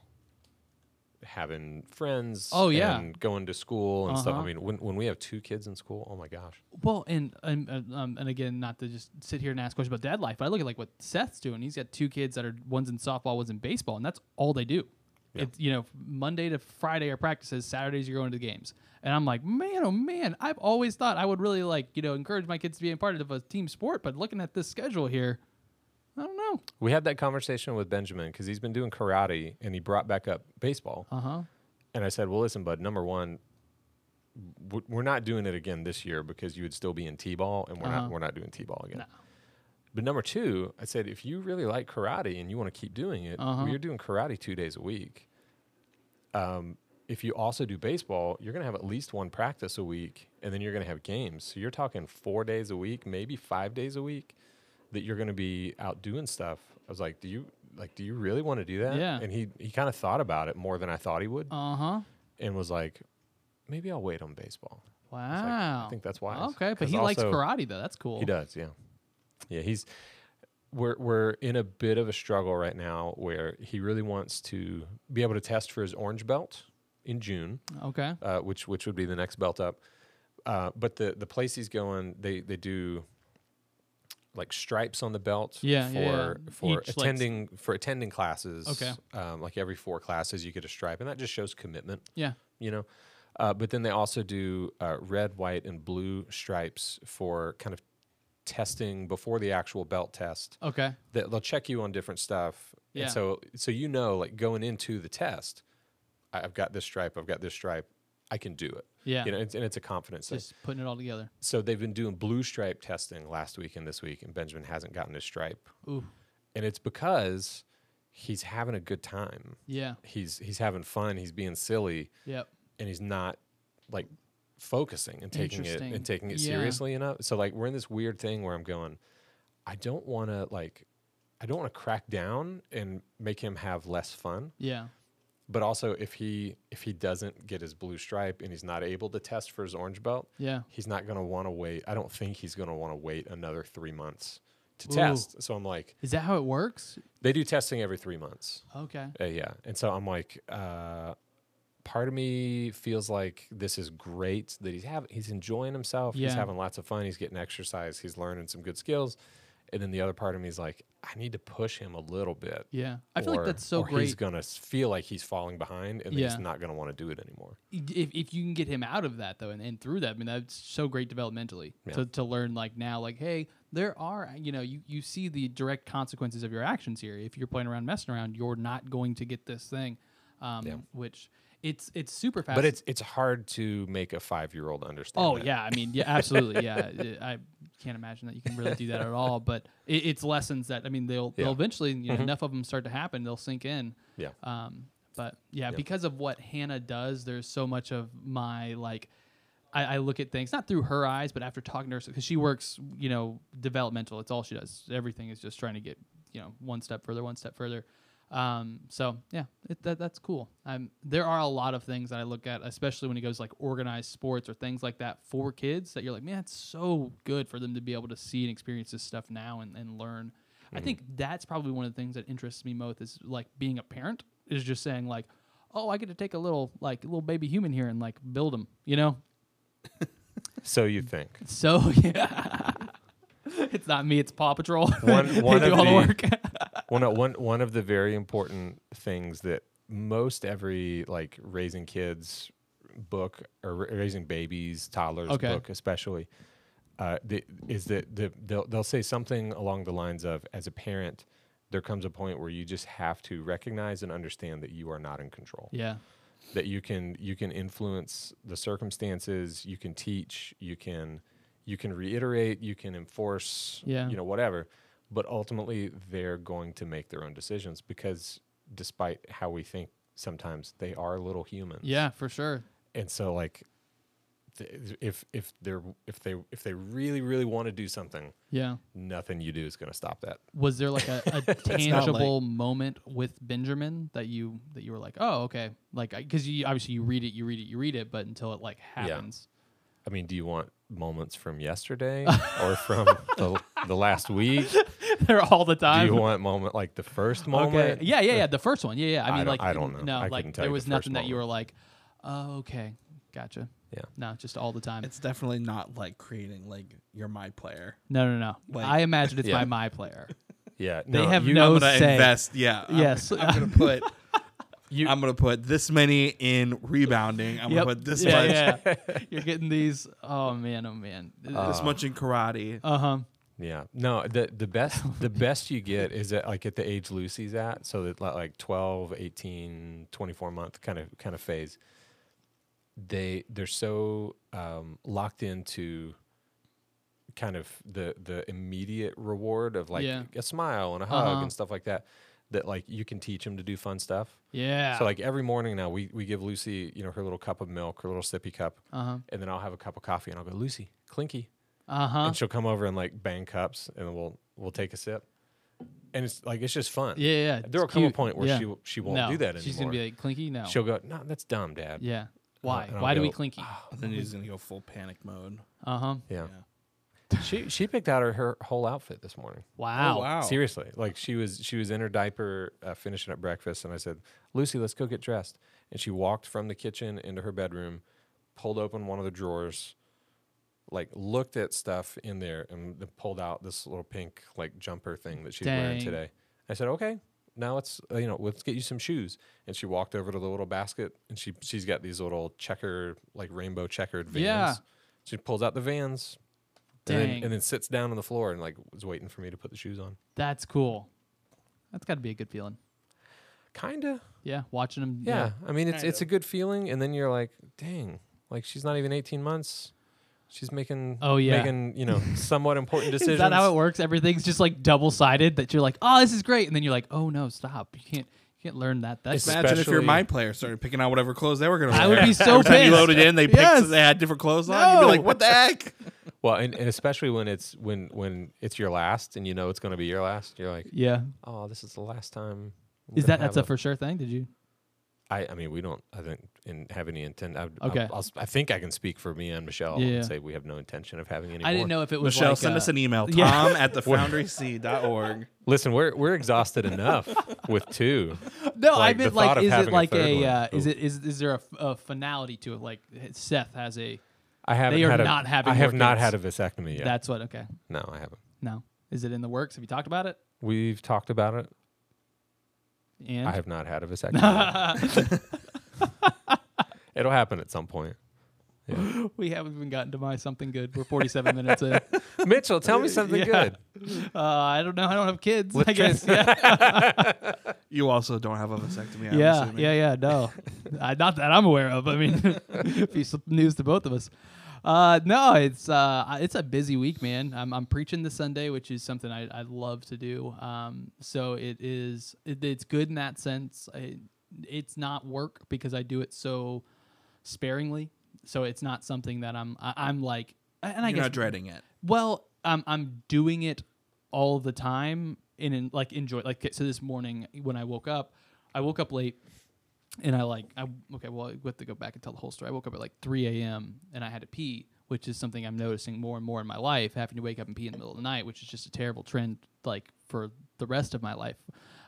Speaker 1: having friends
Speaker 2: Oh, yeah.
Speaker 1: and going to school and stuff. I
Speaker 2: Uh-huh.
Speaker 1: mean, when, when we have two kids in school, oh my gosh.
Speaker 2: Well, and and and, um, and again, not to just sit here and ask questions about dad life, but I look at like what Seth's doing. He's got two kids that are one's in softball, one's in baseball, and that's all they do. It's you know Monday to Friday are practices, Saturdays you're going to the games, and I'm like, man, oh man, I've always thought I would really like you know encourage my kids to be a part of a team sport, but looking at this schedule here, I don't know.
Speaker 1: We had that conversation with Benjamin because he's been doing karate and he brought back up baseball.
Speaker 2: Uh huh.
Speaker 1: And I said, well, listen, bud, number one, w- we're not doing it again this year because you would still be in T-ball and we're
Speaker 2: Uh-huh.
Speaker 1: not, we're not doing T-ball again.
Speaker 2: No.
Speaker 1: But number two, I said, if you really like karate and you want to keep doing it,
Speaker 2: Uh-huh.
Speaker 1: we're doing karate two days a week. Um, if you also do baseball, you're going to have at least one practice a week and then you're going to have games. So you're talking four days a week, maybe five days a week that you're going to be out doing stuff. I was like, do you like, do you really want to do that?
Speaker 2: Yeah.
Speaker 1: And he, he kind of thought about it more than I thought he would
Speaker 2: Uh huh.
Speaker 1: and was like, maybe I'll wait on baseball. I was like,
Speaker 2: Wow.
Speaker 1: I think that's wise.
Speaker 2: Oh. Okay, but
Speaker 1: 'Cause
Speaker 2: he likes
Speaker 1: also-
Speaker 2: karate though. That's cool.
Speaker 1: He does, yeah. Yeah, he's we're we're in a bit of a struggle right now where he really wants to be able to test for his orange belt in June,
Speaker 2: Okay.
Speaker 1: uh, which which would be the next belt up. Uh, but the the place he's going, they they do like stripes on the belt
Speaker 2: Yeah,
Speaker 1: for
Speaker 2: yeah, yeah.
Speaker 1: for
Speaker 2: Each, like, s-
Speaker 1: attending for attending classes.
Speaker 2: Okay.
Speaker 1: um, like every four classes you get a stripe, and that just shows commitment
Speaker 2: Yeah.
Speaker 1: you know. Uh, but then they also do uh, red, white, and blue stripes for kind of testing before the actual belt test.
Speaker 2: Okay.
Speaker 1: That they'll check you on different stuff,
Speaker 2: Yeah.
Speaker 1: and so so you know, like going into the test, I, I've got this stripe, I've got this stripe, I can do it.
Speaker 2: Yeah.
Speaker 1: You know, it's, and it's a confidence thing.
Speaker 2: Just putting it all together.
Speaker 1: So they've been doing blue stripe testing last week and this week, and Benjamin hasn't gotten his stripe,
Speaker 2: Ooh.
Speaker 1: and it's because he's having a good time.
Speaker 2: Yeah.
Speaker 1: He's he's having fun. He's being silly
Speaker 2: Yep.
Speaker 1: and he's not like focusing and taking it
Speaker 2: Interesting.
Speaker 1: and taking it
Speaker 2: Yeah.
Speaker 1: seriously enough. So like we're in this weird thing where I'm going, I don't want to like, I don't want to crack down and make him have less fun.
Speaker 2: Yeah.
Speaker 1: But also if he if he doesn't get his blue stripe and he's not able to test for his orange belt,
Speaker 2: Yeah.
Speaker 1: he's not gonna want to wait. I don't think he's gonna want to wait another three months to
Speaker 2: Ooh.
Speaker 1: test. So I'm like,
Speaker 2: Is that how it works?
Speaker 1: they do testing every three months.
Speaker 2: Okay.
Speaker 1: Uh, yeah. And so I'm like, uh, part of me feels like this is great that he's having, he's enjoying himself. He's
Speaker 2: Yeah.
Speaker 1: having lots of fun. He's getting exercise. He's learning some good skills. And then the other part of me is like, I need to push him a little bit.
Speaker 2: Yeah. I feel like
Speaker 1: or-
Speaker 2: that's so
Speaker 1: or He's
Speaker 2: great.
Speaker 1: going to feel like he's falling behind and
Speaker 2: Yeah.
Speaker 1: then he's not going to want to do it anymore.
Speaker 2: if, if you can get him out of that though and, and through that i mean that's so great developmentally
Speaker 1: Yeah.
Speaker 2: to, to learn like now like hey there are you know you, you see the direct consequences of your actions here if you're playing around messing around you're not going to get this thing um, which it's it's super fast
Speaker 1: But it's it's hard to make a five year old understand.
Speaker 2: Oh
Speaker 1: that.
Speaker 2: yeah, I mean yeah, absolutely yeah. I- I can't imagine that you can really do that at all. But it, it's lessons that I mean they'll they'll
Speaker 1: Yeah. Mm-hmm.
Speaker 2: eventually you know, enough of them start to happen they'll sink in.
Speaker 1: Yeah.
Speaker 2: Um, but yeah, because of what Hannah does, there's so much of my like, I, I look at things not through her eyes, but after talking to her, because she works, you know, developmental. It's all she does. Everything is just trying to get, you know, one step further, one step further. Um, so yeah, it, that, that's cool. Um, there are a lot of things that I look at, especially when it goes like organized sports or things like that for kids that you're like, man, it's so good for them to be able to see and experience this stuff now and, and learn. I
Speaker 1: Mm.
Speaker 2: think that's probably one of the things that interests me most is like being a parent is just saying like, oh, I get to take a little like little baby human here and like build them, you know?
Speaker 1: So you think.
Speaker 2: So yeah, it's not me, it's Paw Patrol.
Speaker 1: One-
Speaker 2: They
Speaker 1: one
Speaker 2: do
Speaker 1: of
Speaker 2: all the
Speaker 1: the-
Speaker 2: work.
Speaker 1: well, no, one one of the very important things that most every like raising kids book or ra- raising babies, toddlers
Speaker 2: Okay.
Speaker 1: book, especially, uh, the, is that the, they'll they'll say something along the lines of, as a parent, there comes a point where you just have to recognize and understand that you are not in control
Speaker 2: yeah,
Speaker 1: that you can you can influence the circumstances you can teach you can you can reiterate you can enforce
Speaker 2: Yeah.
Speaker 1: you know whatever but ultimately they're going to make their own decisions because despite how we think sometimes they are little humans
Speaker 2: yeah, for sure.
Speaker 1: and so like th- if if they're if they if they really really want to do something
Speaker 2: Yeah.
Speaker 1: nothing you do is going to stop that
Speaker 2: Was there like a, a tangible moment with Benjamin that you that you were like, oh, okay, like because you obviously you read it, you read it, you read it, but until it like happens.
Speaker 1: i mean do you want moments from yesterday or from the, the last week
Speaker 2: They're all the
Speaker 1: Do
Speaker 2: time.
Speaker 1: you want moment like the first moment?
Speaker 2: Okay. Yeah, yeah, yeah. The first one. Yeah, yeah. I
Speaker 1: I
Speaker 2: mean,
Speaker 1: don't-
Speaker 2: like,
Speaker 1: I don't
Speaker 2: n-
Speaker 1: know.
Speaker 2: No,
Speaker 1: I
Speaker 2: like
Speaker 1: couldn't tell
Speaker 2: there
Speaker 1: you the
Speaker 2: was
Speaker 1: first
Speaker 2: nothing that you were
Speaker 1: moment.
Speaker 2: like, oh, okay, gotcha.
Speaker 1: Yeah.
Speaker 2: No, just all the time.
Speaker 3: It's definitely not like creating like you're my player.
Speaker 2: no, no, no.
Speaker 3: Like-
Speaker 2: I imagine it's
Speaker 1: Yeah.
Speaker 2: my my player.
Speaker 1: Yeah,
Speaker 2: They have
Speaker 1: you-
Speaker 2: no
Speaker 3: I'm gonna
Speaker 2: say.
Speaker 3: invest. Yeah. I'm-
Speaker 2: Yes.
Speaker 3: I'm, gonna put
Speaker 1: You-
Speaker 3: I'm gonna put this many in rebounding. I'm
Speaker 2: Yep.
Speaker 3: gonna put this much,
Speaker 2: yeah, yeah. You're getting these. Oh man, oh man.
Speaker 1: Uh,
Speaker 3: this much in karate.
Speaker 2: Uh huh.
Speaker 1: Yeah. No, the the best the best you get is at like at the age Lucy's at, so that li- like 12, 18, 24 month kind of kind of phase. They they're so um, locked into kind of the the immediate reward of like
Speaker 2: Yeah.
Speaker 1: a smile and a hug
Speaker 2: Uh-huh.
Speaker 1: and stuff like that that like you can teach them to do fun stuff.
Speaker 2: Yeah.
Speaker 1: So like every morning now we we give Lucy, you know, her little cup of milk, her little sippy cup,
Speaker 2: Uh huh.
Speaker 1: and then I'll have a cup of coffee and I'll go, "Lucy, Clinky,
Speaker 2: Uh huh.
Speaker 1: and she'll come over and like bang cups and we'll we'll take a sip and it's like it's just fun
Speaker 2: Yeah, yeah. it's
Speaker 1: there'll come a
Speaker 2: cute.
Speaker 1: point where
Speaker 2: Yeah.
Speaker 1: she she won't
Speaker 2: no,
Speaker 1: do that anymore
Speaker 2: She's gonna be like clinky. No.
Speaker 1: she'll go no that's dumb dad
Speaker 2: yeah. Why?
Speaker 1: and I'll
Speaker 2: Why do we
Speaker 1: go,
Speaker 2: clinky?
Speaker 3: Then he's gonna go full panic mode.
Speaker 2: Uh huh.
Speaker 1: yeah, she she picked out her, her whole outfit this morning
Speaker 2: Wow.
Speaker 3: Oh, wow.
Speaker 1: seriously like she was she was in her diaper uh, finishing up breakfast and i said lucy let's go get dressed and she walked from the kitchen into her bedroom pulled open one of the drawers like looked at stuff in there and then pulled out this little pink like jumper thing that she's wearing
Speaker 2: Dang.
Speaker 1: today i said okay now let's uh, you know let's get you some shoes and she walked over to the little basket and she she's got these little checker like rainbow checkered vans
Speaker 2: Yeah.
Speaker 1: she pulls out the vans and then,
Speaker 2: Dang.
Speaker 1: and then sits down on the floor and like was waiting for me to put the shoes on
Speaker 2: That's cool. That's got to be a good feeling.
Speaker 1: Kinda.
Speaker 2: Yeah. Watching them.
Speaker 1: Yeah. I mean, it's
Speaker 3: Kind
Speaker 1: it's a good feeling, and then you're like, dang, like she's not even 18 months. She's making
Speaker 2: Oh, yeah.
Speaker 1: making you know somewhat important decisions.
Speaker 2: Is that how it works? Everything's just like double sided. That you're like, oh, this is great, and then you're like, oh no, stop! You can't, you can't learn that.
Speaker 1: It's-
Speaker 2: That's
Speaker 3: Imagine if your
Speaker 1: Especially-
Speaker 3: mind player started picking out whatever clothes they were gonna wear.
Speaker 2: I would be so
Speaker 3: Every time you
Speaker 2: pissed.
Speaker 3: loaded in, they picked,
Speaker 2: Yes.
Speaker 3: they had different clothes on. You'd be
Speaker 2: No.
Speaker 3: like, what the heck?
Speaker 1: Well, and, and especially when it's when when it's your last, and you know it's going to be your last. You're like,
Speaker 2: yeah.
Speaker 1: oh, this is the last time. I'm
Speaker 2: Is
Speaker 1: gonna
Speaker 2: that that's a
Speaker 1: have
Speaker 2: for sure thing? Did you?
Speaker 1: I I mean, we don't. I think in have any intent. I,
Speaker 2: Okay.
Speaker 1: I, I'll, si think I can speak for me and Michelle
Speaker 2: Yeah, yeah.
Speaker 1: and say we have no intention of having any.
Speaker 2: I
Speaker 1: more.
Speaker 2: didn't know if it was
Speaker 3: Michelle,
Speaker 2: like uh,
Speaker 3: send
Speaker 2: a-
Speaker 3: us an email.
Speaker 2: yeah.
Speaker 3: Tom at thefoundryc.org.
Speaker 1: Listen, we're we're exhausted enough with two.
Speaker 2: No,
Speaker 1: e-, Like,
Speaker 2: I
Speaker 1: the
Speaker 2: meant
Speaker 1: thought
Speaker 2: like,
Speaker 1: of
Speaker 2: is
Speaker 1: having
Speaker 2: it
Speaker 1: a
Speaker 2: like
Speaker 1: third
Speaker 2: a,
Speaker 1: one. Oh.
Speaker 2: uh, is
Speaker 1: Ooh.
Speaker 2: it is is there a, f- a finality to it? Like Seth has a.
Speaker 1: I haven't.
Speaker 2: are
Speaker 1: had
Speaker 2: not
Speaker 1: a,
Speaker 2: having
Speaker 1: I have
Speaker 2: more
Speaker 1: not
Speaker 2: kids.
Speaker 1: had a vasectomy yet.
Speaker 2: That's what. Okay.
Speaker 1: no, I haven't.
Speaker 2: No. Is it in the works? Have you talked about it?
Speaker 1: We've talked about it.
Speaker 2: And
Speaker 1: I have not had a vasectomy. It'll happen at some point.
Speaker 2: we haven't even gotten to my something good. We're 47 minutes in. Uh,
Speaker 1: Mitchell, tell me something
Speaker 2: Yeah. Uh,
Speaker 1: good.
Speaker 2: I don't know. I don't have kids.
Speaker 1: Let's
Speaker 2: I guess. Yeah.
Speaker 3: You also don't have a vasectomy. I'm
Speaker 2: Yeah.
Speaker 3: assuming.
Speaker 2: Yeah. Yeah. No, I, not that I'm aware of. I mean, piece of news to both of us. Uh, no, it's uh, I- it's a busy week, man. I'm, I'm preaching this Sunday, which is something I, I love to do. Um, so it is it, it's good in that sense. I, it's not work because I do it so sparingly. So it's not something that I'm I, I'm like and I
Speaker 3: You're
Speaker 2: guess
Speaker 3: not dreading it.
Speaker 2: Well, I'm I'm doing it all the time and in, like enjoy like so this morning when I woke up, I woke up late and I like I okay, well we have to go back and tell the whole story. I woke up at like 3 a.m. and I had to pee, which is something I'm noticing more and more in my life, having to wake up and pee in the middle of the night, which is just a terrible trend like for the rest of my life.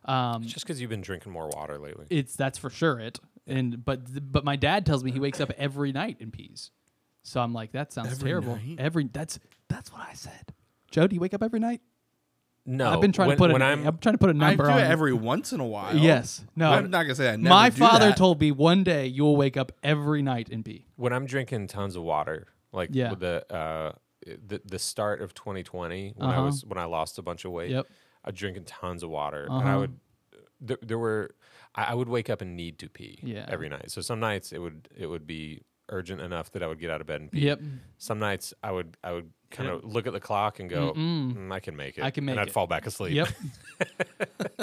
Speaker 2: Um,
Speaker 1: Just because you've been drinking more water lately.
Speaker 2: it's that's for sure it. And but th- but my dad tells me he wakes up every night and pees. So I'm like, that sounds
Speaker 3: Every
Speaker 2: terrible.
Speaker 3: night?
Speaker 2: Every that's that's what I said. Joe, do you wake up every night?
Speaker 1: no,
Speaker 2: I've been trying
Speaker 1: when,
Speaker 2: to put
Speaker 1: when
Speaker 2: an,
Speaker 1: I'm,
Speaker 2: I'm trying to put a number
Speaker 3: I do
Speaker 2: on
Speaker 3: it every once in a while.
Speaker 2: Yes. No.
Speaker 3: I'm not gonna say I never
Speaker 2: my
Speaker 3: do
Speaker 2: father
Speaker 3: that.
Speaker 2: told me one day you'll wake up every night and pee.
Speaker 1: when I'm drinking tons of water, like
Speaker 2: Yeah.
Speaker 1: with the uh, the the start of 2020 when I
Speaker 2: Uh-huh.
Speaker 1: was when I lost a bunch of weight,
Speaker 2: Yep. Uh-huh.
Speaker 1: I was drinking tons of water, and I would there, there were I, I would wake up and need to pee
Speaker 2: Yeah.
Speaker 1: every night. So some nights it would it would be urgent enough that I would get out of bed and pee.
Speaker 2: Yep.
Speaker 1: Some nights I would I would kind of look at the clock and go, "Mm, I can make it.
Speaker 2: I can make
Speaker 1: and I'd
Speaker 2: it."
Speaker 1: fall back asleep.
Speaker 2: Yep.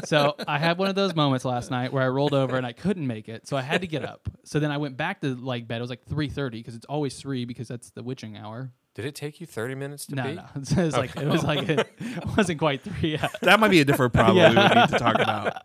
Speaker 2: so I had one of those moments last night where I rolled over and I couldn't make it, so I had to get up. So then I went back to like bed. It was like three thirty because it's always three because that's the witching hour.
Speaker 1: Did it take you 30 minutes to
Speaker 2: No,
Speaker 1: pee?
Speaker 2: no, it was like it was like it wasn't quite three. Yeah.
Speaker 3: That might be a different problem we would need to talk about.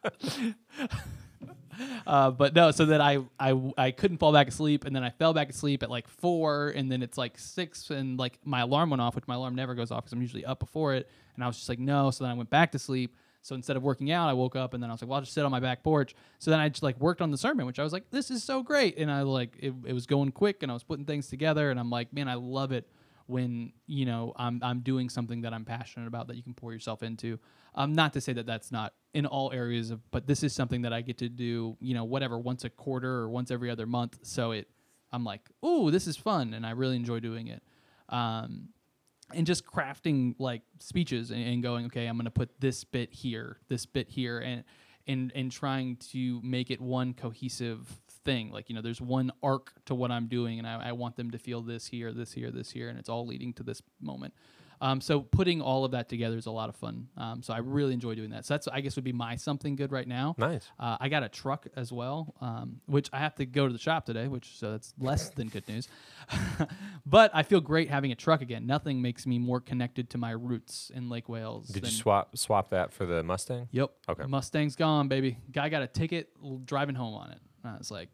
Speaker 2: Uh, but no, so then I, I I couldn't fall back asleep, and then I fell back asleep at like four, and then it's like six, and like my alarm went off, which my alarm never goes off because I'm usually up before it, and I was just like no, so then I went back to sleep. So instead of working out, I woke up and then I was like, well, I'll just sit on my back porch. So then I just like worked on the sermon, which I was like, this is so great, and I like it, it was going quick, and I was putting things together, and I'm like, man, I love it when you know I'm I'm doing something that I'm passionate about that you can pour yourself into. Um, not to say that that's not in all areas of, but this is something that I get to do. You know, whatever once a quarter or once every other month. So it, I'm like, ooh, this is fun, and I really enjoy doing it. Um, and just crafting like speeches and, and going, okay, I'm going to put this bit here, this bit here, and and and trying to make it one cohesive thing. Like you know, there's one arc to what I'm doing, and I, I want them to feel this here, this here, this here, and it's all leading to this moment. Um, so putting all of that together is a lot of fun. Um, so I really enjoy doing that. So that's I guess would be my something good right now.
Speaker 1: Nice.
Speaker 2: Uh, I got a truck as well, um, which I have to go to the shop today, which so that's less than good news. but I feel great having a truck again. Nothing makes me more connected to my roots in Lake Wales.
Speaker 1: Did you
Speaker 2: than-
Speaker 1: swap swap that for the Mustang?
Speaker 2: Yep.
Speaker 1: Okay.
Speaker 2: Mustang's gone, baby. Guy got a ticket l- driving home on it. And I was like,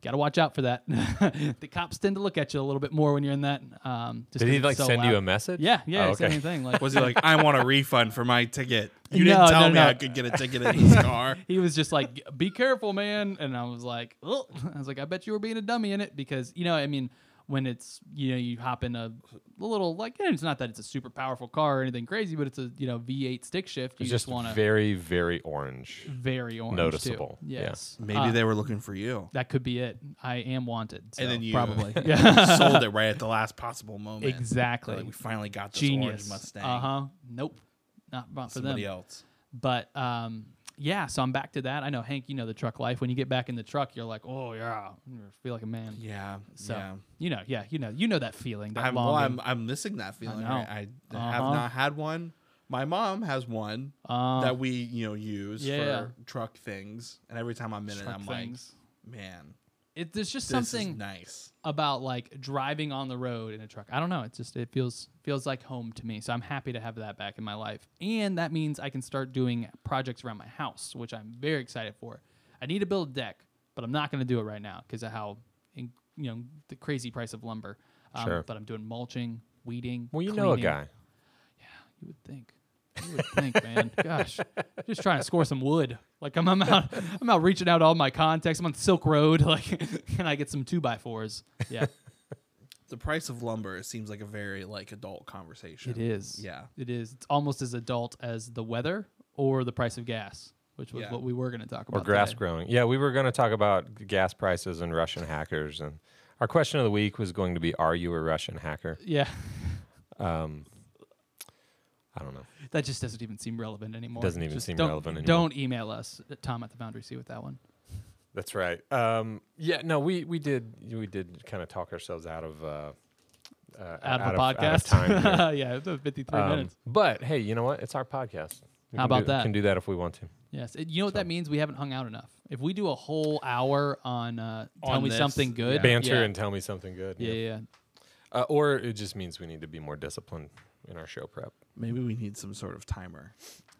Speaker 2: got to watch out for that. the cops tend to look at you a little bit more when you're in that. Um, just
Speaker 1: Did
Speaker 2: 'cause
Speaker 1: he
Speaker 2: it's
Speaker 1: like
Speaker 2: so
Speaker 1: send you
Speaker 2: loud.
Speaker 1: a message?
Speaker 2: Yeah, yeah,
Speaker 1: Oh,
Speaker 2: he said
Speaker 1: okay.
Speaker 2: anything. Like,
Speaker 3: Was he like, I want a refund for my ticket? You
Speaker 2: No,
Speaker 3: didn't tell
Speaker 2: no,
Speaker 3: me
Speaker 2: no.
Speaker 3: I could get a ticket in this car.
Speaker 2: he was just like, "Be careful, man," and I was like, "Oh," I was like, "I bet you were being a dummy in it because you know, I mean, when it's you know, you hop in a little like, and it's not that it's a super powerful car or anything crazy, but it's a you know V8 stick shift. You
Speaker 1: It's
Speaker 2: just,
Speaker 1: just
Speaker 2: want to
Speaker 1: very very orange.
Speaker 2: very orange, too.
Speaker 1: noticeable. Yeah.
Speaker 2: Yes,
Speaker 3: Maybe
Speaker 2: Uh,
Speaker 3: they were looking for you.
Speaker 2: that could be it. I am wanted, so
Speaker 3: And then you uh,
Speaker 2: probably, yeah,
Speaker 3: sold it right at the last possible moment.
Speaker 2: exactly.
Speaker 3: Like, we finally got this orange
Speaker 2: Genius.
Speaker 3: Mustang.
Speaker 2: Uh huh. Nope, not, not for them.
Speaker 3: Somebody else.
Speaker 2: But um, yeah, so I'm back to that. I know Hank, you know the truck life. When you get back in the truck, you're like, oh yeah, you feel like a man.
Speaker 3: Yeah.
Speaker 2: So
Speaker 3: yeah.
Speaker 2: you know, yeah, you know, you know that feeling. That
Speaker 3: I'm, well,
Speaker 2: longing.
Speaker 3: I'm I'm missing that feeling.
Speaker 2: know.
Speaker 3: right? I, have
Speaker 2: Uh-huh.
Speaker 3: not had one. My mom has one
Speaker 2: Uh,
Speaker 3: that we you know use
Speaker 2: yeah.
Speaker 3: for truck things, and every time I'm in it,
Speaker 2: truck
Speaker 3: I'm
Speaker 2: things.
Speaker 3: like, man,
Speaker 2: It, there's just
Speaker 3: this
Speaker 2: something
Speaker 3: is nice.
Speaker 2: about like driving on the road in a truck. I don't know. It just it feels feels like home to me. So I'm happy to have that back in my life, and that means I can start doing projects around my house, which I'm very excited for. I need to build a deck, but I'm not going to do it right now because of how in, you know the crazy price of lumber. Um,
Speaker 1: Sure.
Speaker 2: But I'm doing mulching, weeding.
Speaker 1: Well, you know a
Speaker 2: cleaning.
Speaker 1: guy.
Speaker 2: You would think. You would think, man. Gosh, just trying to score some wood. Like I'm, I'm out, I'm out reaching out to all my contacts. I'm on Silk Road. Like, can I get some two by fours? Yeah,
Speaker 3: The price of lumber seems like a very like adult conversation.
Speaker 2: it is.
Speaker 3: Yeah.
Speaker 2: it is. It's almost as adult as the weather or the price of gas, which was
Speaker 3: Yeah.
Speaker 2: what we were going to talk about.
Speaker 1: Or grass
Speaker 2: today.
Speaker 1: growing. Yeah, we were going to talk about g- gas prices and Russian hackers, and our question of the week was going to be, "Are you a Russian hacker?"
Speaker 2: Yeah,
Speaker 1: Um, I don't know.
Speaker 2: that just doesn't even seem relevant anymore.
Speaker 1: Doesn't even
Speaker 2: Just
Speaker 1: seem
Speaker 2: don't-
Speaker 1: relevant anymore.
Speaker 2: Don't email us, at Tom at the Boundary C, with that one.
Speaker 1: That's right. Um, yeah, no, we we did we did kind of talk ourselves out of uh, uh,
Speaker 2: Out, of a
Speaker 1: out
Speaker 2: podcast.
Speaker 1: time. here.
Speaker 2: yeah, it's a 53
Speaker 1: Um,
Speaker 2: minutes.
Speaker 1: But hey, you know what? It's our podcast. We
Speaker 2: How
Speaker 1: can
Speaker 2: about
Speaker 1: do,
Speaker 2: that?
Speaker 1: Can do that if we want to.
Speaker 2: Yes, It- you know what that means. We haven't hung out enough. If we do a whole hour on uh, tell
Speaker 3: On
Speaker 2: me
Speaker 3: this,
Speaker 2: something good,
Speaker 3: yeah.
Speaker 1: Banter
Speaker 2: yeah.
Speaker 1: and tell me something good.
Speaker 2: yeah, yeah, yeah.
Speaker 1: Uh, or it just means we need to be more disciplined in our show prep.
Speaker 3: Maybe we need some sort of timer,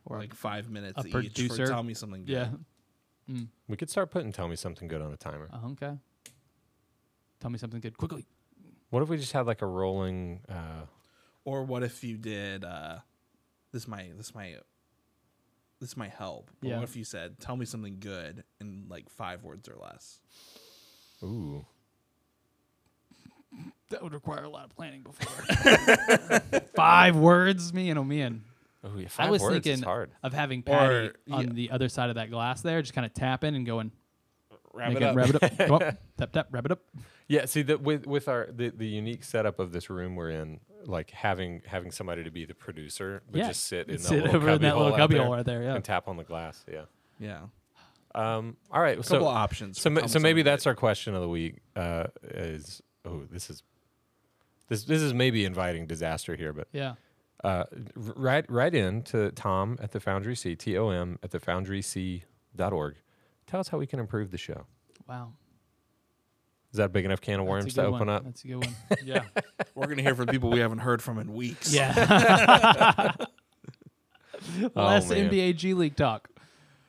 Speaker 2: Or
Speaker 3: like five minutes
Speaker 2: a
Speaker 3: each
Speaker 2: producer.
Speaker 3: for tell me something. Good.
Speaker 2: yeah. Mm,
Speaker 1: We could start putting tell me something good on a timer.
Speaker 2: Uh, okay. Tell me something good quickly.
Speaker 1: What if we just had like a rolling? Uh,
Speaker 3: Or what if you did? uh This might this might this might help. But
Speaker 2: Yeah.
Speaker 3: What if you said, "Tell me something good" in like five words or less?
Speaker 1: ooh,
Speaker 2: That would require a lot of planning before. Five words, me and oh man.
Speaker 1: oh, yeah, five
Speaker 2: I was
Speaker 1: words
Speaker 2: thinking
Speaker 1: is hard.
Speaker 2: of having Patty
Speaker 3: Or-
Speaker 2: on
Speaker 3: yeah.
Speaker 2: the other side of that glass there, just kind of tapping and going,
Speaker 3: Wrap
Speaker 2: make wrap it up, Go up, tap tap, wrap it up.
Speaker 1: Yeah, see that with with our the, the unique setup of this room we're in, like having having somebody to be the producer, but
Speaker 2: Yeah.
Speaker 1: just sit in that
Speaker 2: Sit
Speaker 1: little
Speaker 2: over in that
Speaker 1: cubbyhole
Speaker 2: little
Speaker 1: out
Speaker 2: cubbyhole
Speaker 1: there
Speaker 2: right there. Yeah.
Speaker 1: and tap on the glass. Yeah.
Speaker 3: Yeah.
Speaker 1: Um. All right.
Speaker 3: couple
Speaker 1: so
Speaker 3: options.
Speaker 1: so,
Speaker 3: for
Speaker 1: ma-
Speaker 3: tell
Speaker 1: so
Speaker 3: me
Speaker 1: maybe
Speaker 3: something good.
Speaker 1: that's our question of the week. Uh, is oh this is this this is maybe inviting disaster here, but
Speaker 2: Yeah.
Speaker 1: uh, r- write write in to Tom at the Foundry C T O M at the Foundry C dot org. Tell us how we can improve the show.
Speaker 2: Wow.
Speaker 1: Is that a big enough can of
Speaker 2: That's a
Speaker 1: worms to
Speaker 2: good
Speaker 1: open
Speaker 2: one.
Speaker 1: up?
Speaker 2: That's a good one. Yeah.
Speaker 3: We're gonna hear from people we haven't heard from in weeks.
Speaker 2: Yeah.
Speaker 1: Oh,
Speaker 2: Less
Speaker 1: man.
Speaker 2: NBA G League talk.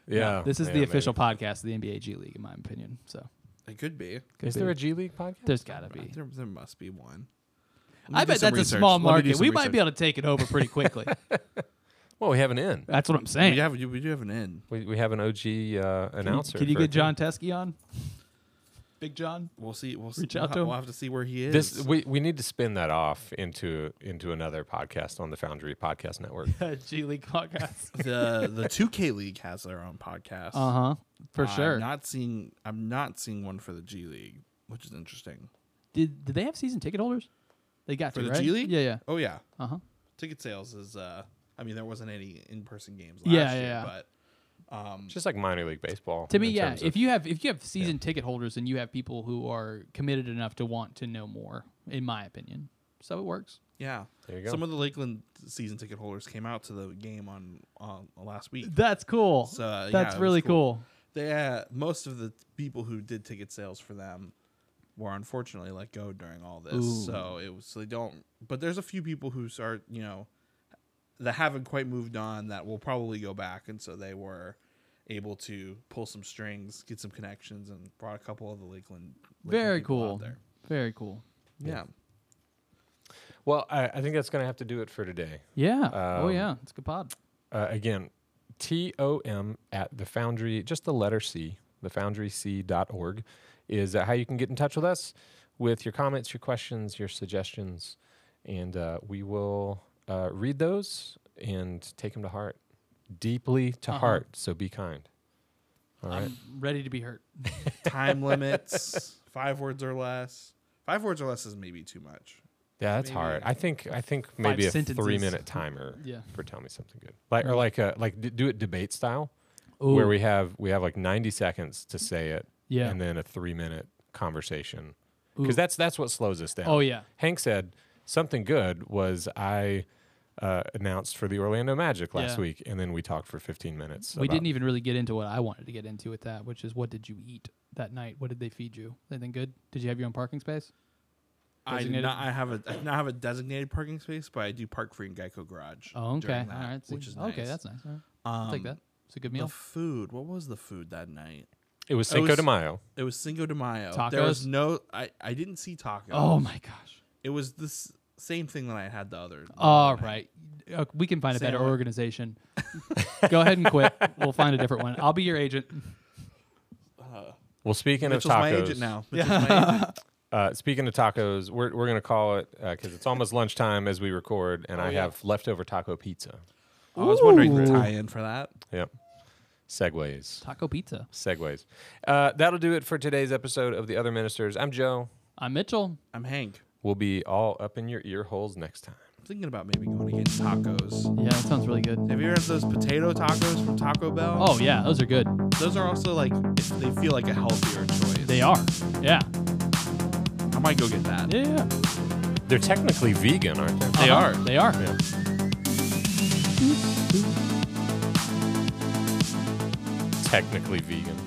Speaker 1: Yeah.
Speaker 2: This is
Speaker 1: yeah,
Speaker 2: the
Speaker 1: maybe.
Speaker 2: official podcast of the NBA G League, in my opinion. So
Speaker 3: it could be.
Speaker 2: could
Speaker 1: Is there
Speaker 2: be.
Speaker 1: a G League podcast?
Speaker 2: There's gotta be.
Speaker 3: There, there must be one. Let me
Speaker 2: I
Speaker 3: do
Speaker 2: bet
Speaker 3: some
Speaker 2: that's a
Speaker 3: research.
Speaker 2: small
Speaker 3: Let me do
Speaker 2: market.
Speaker 3: some
Speaker 2: We might be
Speaker 3: research.
Speaker 2: able to take it over pretty quickly.
Speaker 1: Well, we have an in.
Speaker 2: that's what I'm
Speaker 3: We
Speaker 2: saying.
Speaker 3: have we do have an in.
Speaker 1: We, we have an OG uh,
Speaker 2: Can you-
Speaker 1: announcer.
Speaker 2: Can you
Speaker 1: for-
Speaker 2: get John Teskey on? Big John.
Speaker 3: We'll see. We'll
Speaker 2: Reach
Speaker 3: we'll
Speaker 2: out
Speaker 3: ha-
Speaker 2: to him.
Speaker 3: We'll have to see where he is.
Speaker 1: This we, we need to spin that off into into another podcast on the Foundry Podcast Network.
Speaker 2: G League podcast.
Speaker 3: the the 2K League has their own podcast.
Speaker 2: Uh huh. For
Speaker 3: I'm
Speaker 2: sure.
Speaker 3: Not seeing. I'm not seeing one for the G League, which is interesting.
Speaker 2: did did they have season ticket holders? They got
Speaker 3: For
Speaker 2: to,
Speaker 3: the
Speaker 2: right?
Speaker 3: G League?
Speaker 2: Yeah, yeah.
Speaker 3: Oh yeah,
Speaker 2: Uh huh.
Speaker 3: ticket sales is. uh I mean, there wasn't any in person games last
Speaker 2: Yeah,
Speaker 3: year,
Speaker 2: yeah, yeah.
Speaker 3: but um,
Speaker 1: Just like minor league baseball.
Speaker 2: To me,
Speaker 1: in
Speaker 2: yeah.
Speaker 1: terms
Speaker 2: If
Speaker 1: of-
Speaker 2: you have if you have season ticket holders and you have people who are committed enough to want to know more, in my opinion, so it works.
Speaker 3: yeah.
Speaker 1: There you go.
Speaker 3: Some of the Lakeland season ticket holders came out to the game on uh, last week.
Speaker 2: That's cool.
Speaker 3: So, yeah,
Speaker 2: That's
Speaker 3: it was
Speaker 2: really
Speaker 3: cool.
Speaker 2: cool.
Speaker 3: They uh, most of the people who did ticket sales for them were unfortunately let go during all this.
Speaker 2: Ooh.
Speaker 3: So it was so they don't. But there's a few people who start you know that haven't quite moved on that will probably go back, and so they were able to pull some strings, get some connections, and brought a couple of the Lakeland. Lakeland
Speaker 2: Very
Speaker 3: people out
Speaker 2: cool.
Speaker 3: there.
Speaker 2: Very cool.
Speaker 3: Yeah.
Speaker 1: well, I, I think that's going to have to do it for today.
Speaker 2: Yeah. oh
Speaker 1: Um,
Speaker 2: yeah. It's a good pod.
Speaker 1: Uh, again, T O M at the Foundry, just the letter C, thefoundryc.org is uh, how you can get in touch with us with your comments, your questions, your suggestions, and uh, we will uh, read those and take them to heart, deeply to
Speaker 2: Uh-huh. Um,
Speaker 1: heart. So be kind. All right.
Speaker 2: I'm ready to be hurt.
Speaker 3: Time limits, five words or less. Five words or less is maybe too much.
Speaker 1: yeah, that's
Speaker 3: maybe
Speaker 1: hard. I think I think maybe a
Speaker 2: sentences.
Speaker 1: three-minute timer
Speaker 2: Yeah.
Speaker 1: for tell me something good, like or like a, like d- do it debate style,
Speaker 2: Ooh.
Speaker 1: where we have we have like ninety seconds to say it,
Speaker 2: yeah.
Speaker 1: and then a three minute conversation
Speaker 2: Ooh.
Speaker 1: because that's that's what slows us down.
Speaker 2: oh yeah.
Speaker 1: Hank said something good was I uh, announced for the Orlando Magic last
Speaker 2: Yeah.
Speaker 1: week, and then we talked for 15 minutes.
Speaker 2: we
Speaker 1: about-
Speaker 2: didn't e- even really get into what I wanted to get into with that, which is what did you eat that night? What did they feed you? Anything good? Did you have your own parking space?
Speaker 3: I do
Speaker 2: Designated-
Speaker 3: not. I have a. I do not have a designated parking space, but I do park free in Geico Garage.
Speaker 2: Oh, okay.
Speaker 3: during that,
Speaker 2: All right. see.
Speaker 3: which is
Speaker 2: okay.
Speaker 3: nice.
Speaker 2: That's nice. All right.
Speaker 3: um,
Speaker 2: I'll take that. It's a good
Speaker 3: The
Speaker 2: meal.
Speaker 3: food. What was the food that night?
Speaker 1: It was
Speaker 3: I
Speaker 1: Cinco
Speaker 3: was-
Speaker 1: de Mayo.
Speaker 3: It was Cinco de Mayo. There was
Speaker 2: Tacos?
Speaker 3: no. I. I didn't see tacos.
Speaker 2: Oh my gosh.
Speaker 3: It was this same thing that I had the other. the
Speaker 2: All
Speaker 3: other night.
Speaker 2: right. Uh, we can find a better
Speaker 3: Sandwich.
Speaker 2: organization. Go ahead and quit. We'll find a different one. I'll be your agent.
Speaker 1: Well, speaking
Speaker 3: Mitchell's
Speaker 1: of tacos,
Speaker 3: my agent now. Mitchell's my agent.
Speaker 1: Uh, speaking of tacos, we're we're gonna call it because it's almost lunchtime as we record,
Speaker 2: Oh,
Speaker 1: and I
Speaker 3: yeah.
Speaker 1: have leftover taco pizza.
Speaker 3: I was wondering
Speaker 2: Ooh.
Speaker 3: the tie-in for that.
Speaker 1: Yep. Segways.
Speaker 2: Taco pizza.
Speaker 1: Segways. Uh, that'll do it for today's episode of The Other Ministers. I'm Joe.
Speaker 2: I'm Mitchell.
Speaker 3: I'm Hank.
Speaker 1: We'll be all up in your ear holes next time.
Speaker 3: I'm thinking about maybe going to get tacos.
Speaker 2: Yeah, that sounds really good.
Speaker 3: Have you heard of those potato tacos from Taco Bell?
Speaker 2: Oh yeah, those are good.
Speaker 3: Those are also like it's- they feel like a healthier choice.
Speaker 2: They are. Yeah.
Speaker 3: I might go get that.
Speaker 2: Yeah. yeah.
Speaker 1: They're technically vegan, aren't they?
Speaker 3: They
Speaker 2: Uh-huh.
Speaker 3: are.
Speaker 2: They are.
Speaker 1: Yeah. Technically vegan.